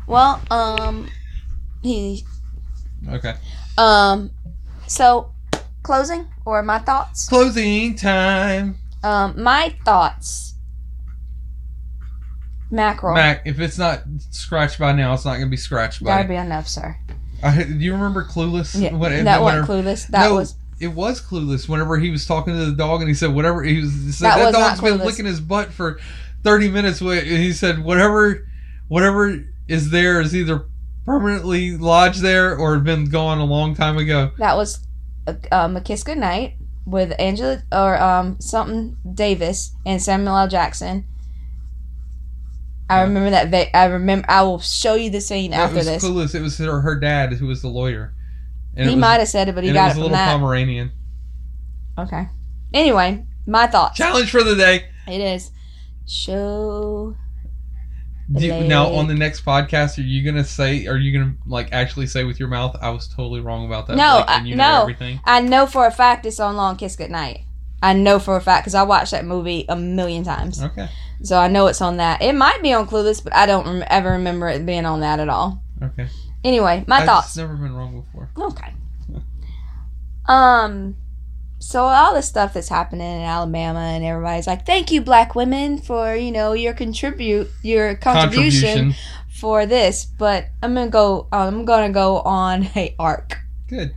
Well, um, he,
okay.
um, so closing or my thoughts?
Closing time.
Um, my thoughts. Mackerel.
Mac, if it's not scratched by now, it's not going to be scratched by.
That'd be enough, sir.
I, do you remember Clueless?
Yeah,
When-
that
whenever-
wasn't clueless. That
No,
was
It was Clueless. Whenever he was talking to the dog, and he said, "Whatever." He was he said,
That
that,
was not
dog's been
Clueless.
licking his butt for thirty minutes. Wh- And he said, "Whatever, whatever is there is either permanently lodged there or been gone a long time ago."
that was uh, um, a kiss goodnight with Angela or um something Davis and Samuel L. Jackson. I
Yeah.
remember that. Va- I remember. I will show you the scene
it
after
was
this.
Clueless. It was her, her dad who was the lawyer. And
he
it was,
might have said it, but he
and
got
it was
it
a
from
little
that.
Pomeranian.
Okay. Anyway, my thoughts.
Challenge for the day.
It is show.
Do you, now
Blake.
on the next podcast, are you gonna say? Are you gonna like actually say with your mouth? I was totally wrong about that.
No,
Blake, and
I-
you
no.
know everything.
I know for a fact it's on Long Kiss Goodnight. I know for a fact because I watched that movie a million times.
Okay,
So I know it's on that. It might be on Clueless, but I don't rem- ever remember it being on that at all.
okay.
Anyway, my
I've
thoughts.
just never been wrong before.
Okay. Um. So all this stuff that's happening in Alabama, and everybody's like, "Thank you, Black women, for you know your contribute your contribution,
Contribution.
for this." But I'm gonna go. I'm gonna go on a arc.
Good.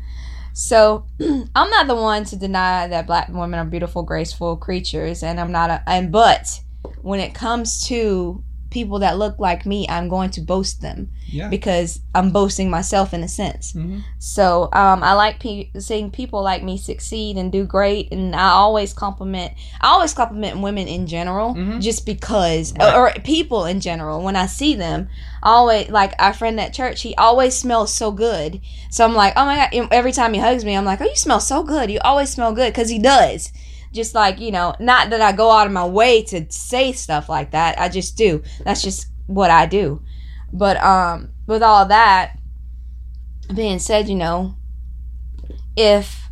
So I'm not the one to deny that black women are beautiful, graceful creatures, and I'm not a and but when it comes to people that look like me, I'm going to boast them
Yeah.
because I'm boasting myself in a sense.
Mhm.
So um, I like pe- seeing people like me succeed and do great, and I always compliment. I always compliment women in general,
Mhm.
just because,
Right.
or, or people in general. When I see them, I always like our friend at church. He always smells so good, so I'm like, oh my god! And Every time he hugs me, I'm like, oh, you smell so good. You always smell good because he does. Just like you know, not that I go out of my way to say stuff like that. I just do. That's just what I do. But um, with all that, being said, you know, if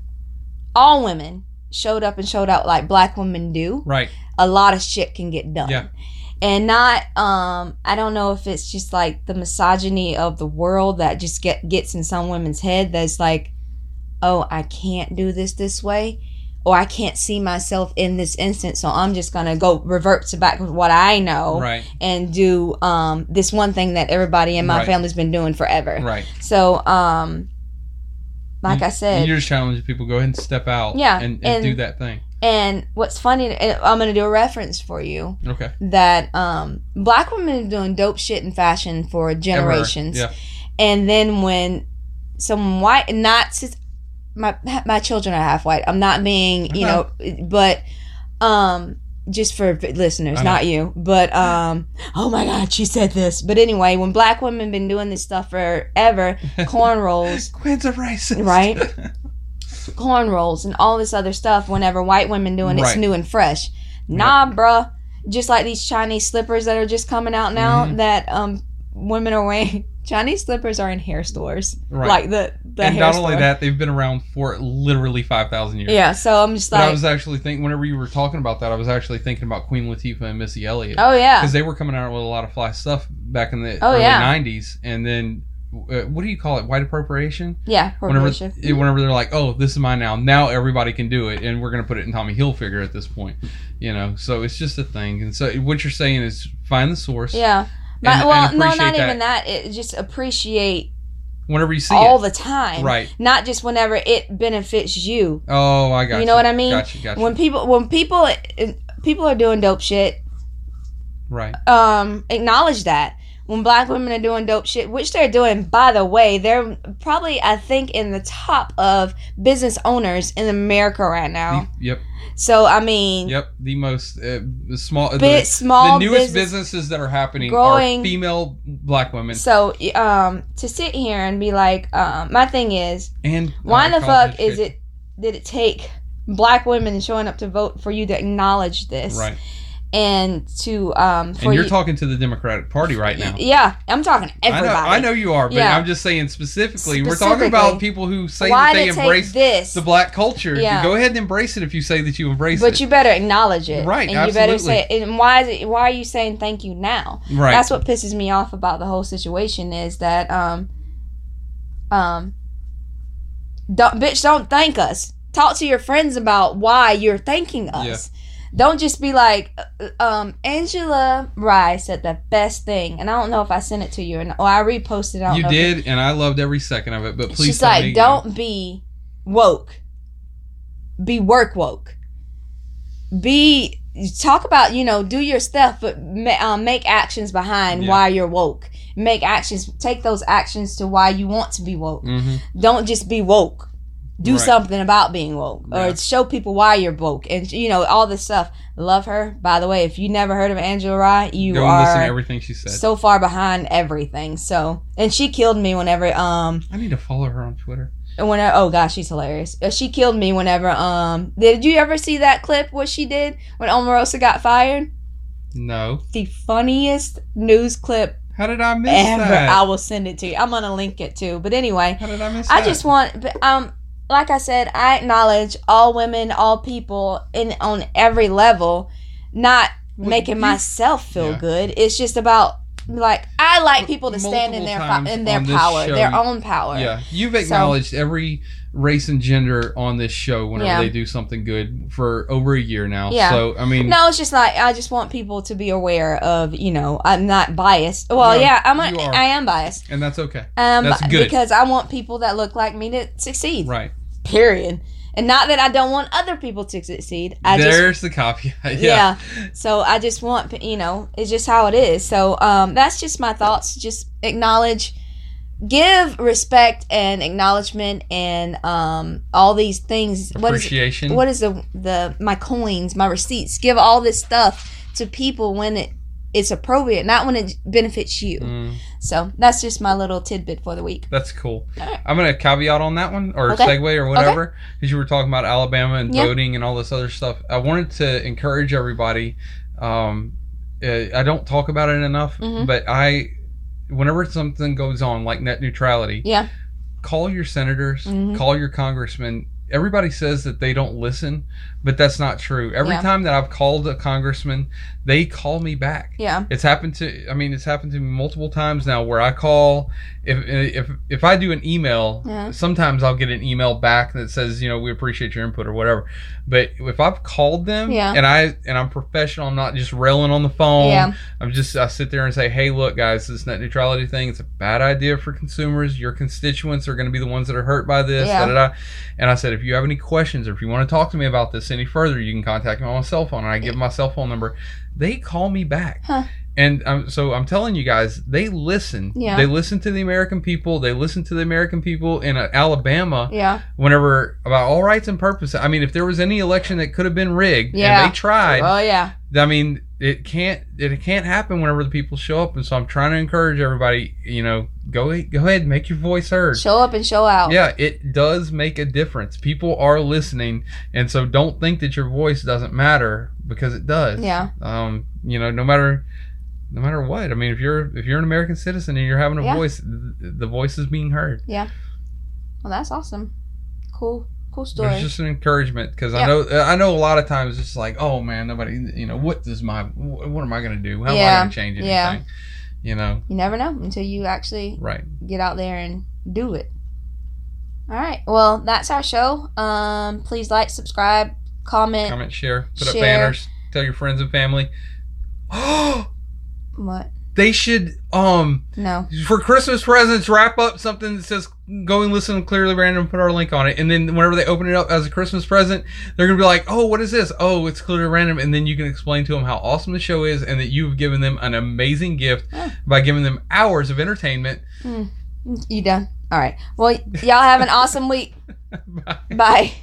all women showed up and showed out like black women do,
Right.
a lot of shit can get done.
Yeah.
And not um I don't know if it's just like the misogyny of the world that just get gets in some women's head that's like, "Oh, I can't do this this way." Or I can't see myself in this instance, so I'm just gonna go revert to back with what I know
Right.
and do um, this one thing that everybody in my
Right.
family's been doing forever.
Right. Mm-hmm.
So, um, like I
And
said,
you're challenging people. Go ahead and step out.
Yeah,
And, and,
and-
do that thing.
and what's funny, and I'm gonna do a reference for you
Okay.
that um, black women have been doing dope shit in fashion for
Ever.
generations,
Yeah.
and then when someone white, not sis- my my children are half white. I'm not being, you know, but um, just for listeners,
I know.
not you, but um, oh my god, she said this. But anyway, when black women been doing this stuff forever, corn rolls.
Quinn's a racist.
Right. corn rolls and all this other stuff whenever white women doing
Right.
it's new and fresh. Nah, bruh. Just like these Chinese slippers that are just coming out now
Mhm.
that um women are wearing. Chinese slippers are in hair stores.
right.
Like the the
and
hair
not
store.
only that, they've been around for literally five thousand years.
yeah, so I'm just
But I
like,
was actually thinking. Whenever you were talking about that, I was actually thinking about Queen Latifah and Missy Elliott.
oh yeah,
because they were coming out with a lot of fly stuff back in the
Oh,
early
yeah.
'90s, and then uh, what do you call it? White appropriation.
Yeah,
Whenever,
appropriation.
it- whenever they're like, "Oh, this is mine now. Now everybody can do it," and we're gonna put it in Tommy Hilfiger at this point, you know. So it's just a thing. And so what you're saying is find the source.
Yeah. But,
and
well, no,
appreciate
not even that. It just appreciate
Whenever you see
all
it,
the time.
right?
Not just whenever it benefits you.
Oh, I got
You know what I mean?
Gotcha, gotcha.
When people when people uh, people are doing dope shit,
right.
um acknowledge that. When black women are doing dope shit, which they're doing by the way, they're probably I think in the top of business owners in America right now.
The- yep,
So I mean,
yep. The most uh, the small the-
bit small
the newest
business
businesses that are happening
growing-
are female black women
So y- um, to sit here and be like, um, my thing is,
and
why
uh,
the fuck
college
is
education.
it? Did it take black women showing up to vote for you to acknowledge this
right
and to um for
and you're
you?
talking to the democratic party right now
Yeah, I'm talking everybody.
I know, I know you are, but
Yeah.
I'm just saying specifically, we're talking about
Specifically.
people who say
why
that they
did it take
embrace
this?
the black culture.
Yeah.
Go ahead and embrace it if you say that you embrace
but
it.
you better acknowledge it,
Right,
And you better
absolutely.
say, and why is it? Why are you saying thank you now?
right.
That's what pisses me off about the whole situation is that um um don't bitch don't thank us. Talk to your friends about why you're thanking us. Don't just be like uh, um Angela Rye said the best thing and I don't know if I sent it to you or not. Or I reposted it. I don't
you
know if
did, and I loved every second of it. But please,
She's
tell
like,
me again.
don't be woke. Be work woke. Be talk about you know do your stuff, but ma- um, make actions behind
Yeah.
why you're woke. Make actions. Take those actions to why you want to be woke.
Mhm.
Don't just be woke. Do
Right.
something about being woke, or
Yeah.
show people why you're woke, and you know all this stuff. Love her, by the way. If you never heard of Angela Rye, you
Go and listen to
are
everything she said.
so far behind everything. So, and she killed me whenever um
I need to follow her on Twitter.
when I, oh gosh, she's hilarious. Uh, She killed me whenever um did you ever see that clip what she did when Omarosa got fired?
No,
The funniest news clip
how did I miss
ever.
that?
I will send it to you. I'm gonna link it too. But anyway,
how did I miss
I
that?
just want but, um like I said, I acknowledge all women, all people in on every level, not
Well,
making
you-
myself feel
Yeah.
good. It's just about like I like people to stand in
Multiple
their
times
po- in their
on this
power,
show,
their
you-
own power.
Yeah, you've
So-
acknowledged every race and gender on this show whenever
Yeah.
they do something good for over a year now.
Yeah.
So I mean,
No, it's just like I just want people to be aware of. You know, I'm not biased. Well,
No,
yeah, I'm. A,
you are.
I am biased.
and that's okay,
Um,
That's good.
because I want people that look like me to succeed.
right?
Period. And not that I don't want other people to succeed. I just
There's the copy. yeah.
so I just want p- you know it's just how it is. So um, that's just my thoughts. Just acknowledge, give respect and acknowledgement and um all these things. What is
Appreciation.
what is the the my coins, my receipts, give all this stuff to people when it it's appropriate, not when it benefits you.
Mm,
So that's just my little tidbit for the week.
that's cool.
Alright.
I'm gonna caveat on that one or
Okay.
segue or whatever because you were talking about Alabama and
Yeah.
voting and all this other stuff. I wanted to encourage everybody. Um, uh, I don't talk about it enough,
Mhm.
but I, whenever something goes on like net neutrality,
Yeah.
call your senators,
Mhm.
call your congressmen. Everybody says that they don't listen, but that's not true. Every
Yeah.
time that I've called a congressman, they call me back.
Yeah.
It's happened to I mean it's happened to me multiple times now where I call if if if I do an email,
Yeah.
sometimes I'll get an email back that says, you know, we appreciate your input or whatever. But if I've called them
Yeah.
and I and I'm professional, I'm not just railing on the phone.
Yeah.
I'm just I sit there and say, "Hey, look guys, this net neutrality thing, it's a bad idea for consumers. Your constituents are going to be the ones that are hurt by this."
Yeah.
Da, da, da. And I said, "If you have any questions or if you want to talk to me about this any further, you can contact me on my cell phone." And I give my cell phone number they call me back.
Huh.
And um, so I'm telling you guys, they listen.
Yeah.
They listen to the American people. They listen to the American people in uh, Alabama
Yeah.
whenever about all rights and purpose. I mean, if there was any election that could have been rigged
Yeah.
and they tried,
Oh yeah.
I mean, it can't it can't happen whenever the people show up. And so I'm trying to encourage everybody, you know, go go ahead, make your voice heard.
Show up and show out.
Yeah, it does make a difference. People are listening, and so don't think that your voice doesn't matter because it does.
Yeah.
Um, you know, no matter no matter what. I mean, if you're if you're an American citizen and you're having a
Yeah.
voice, th- the voice is being heard.
Well, that's awesome. Cool. Cool
It's
story.
There's just an encouragement because
Yeah.
I know I know a lot of times it's like, oh man, nobody, you know, what does my wh- what am I going to do? How am I
Yeah.
going to change anything?
Yeah.
You know,
You never know until you actually
right?
get out there and do it. All right. Well, that's our show. Um, please like, subscribe, comment.
Comment, share, put up
Share.
banners, tell your friends and family. Oh,
What?
they should um
No.
for Christmas presents wrap up something that says go and listen to Clearly Random, put our link on it, and then whenever they open it up as a Christmas present, they're gonna be like, oh, what is this? Oh, it's Clearly Random, and then you can explain to them how awesome the show is and that you've given them an amazing gift
Oh.
by giving them hours of entertainment.
You done? All right. Well, y'all have an awesome week.
Bye.
Bye.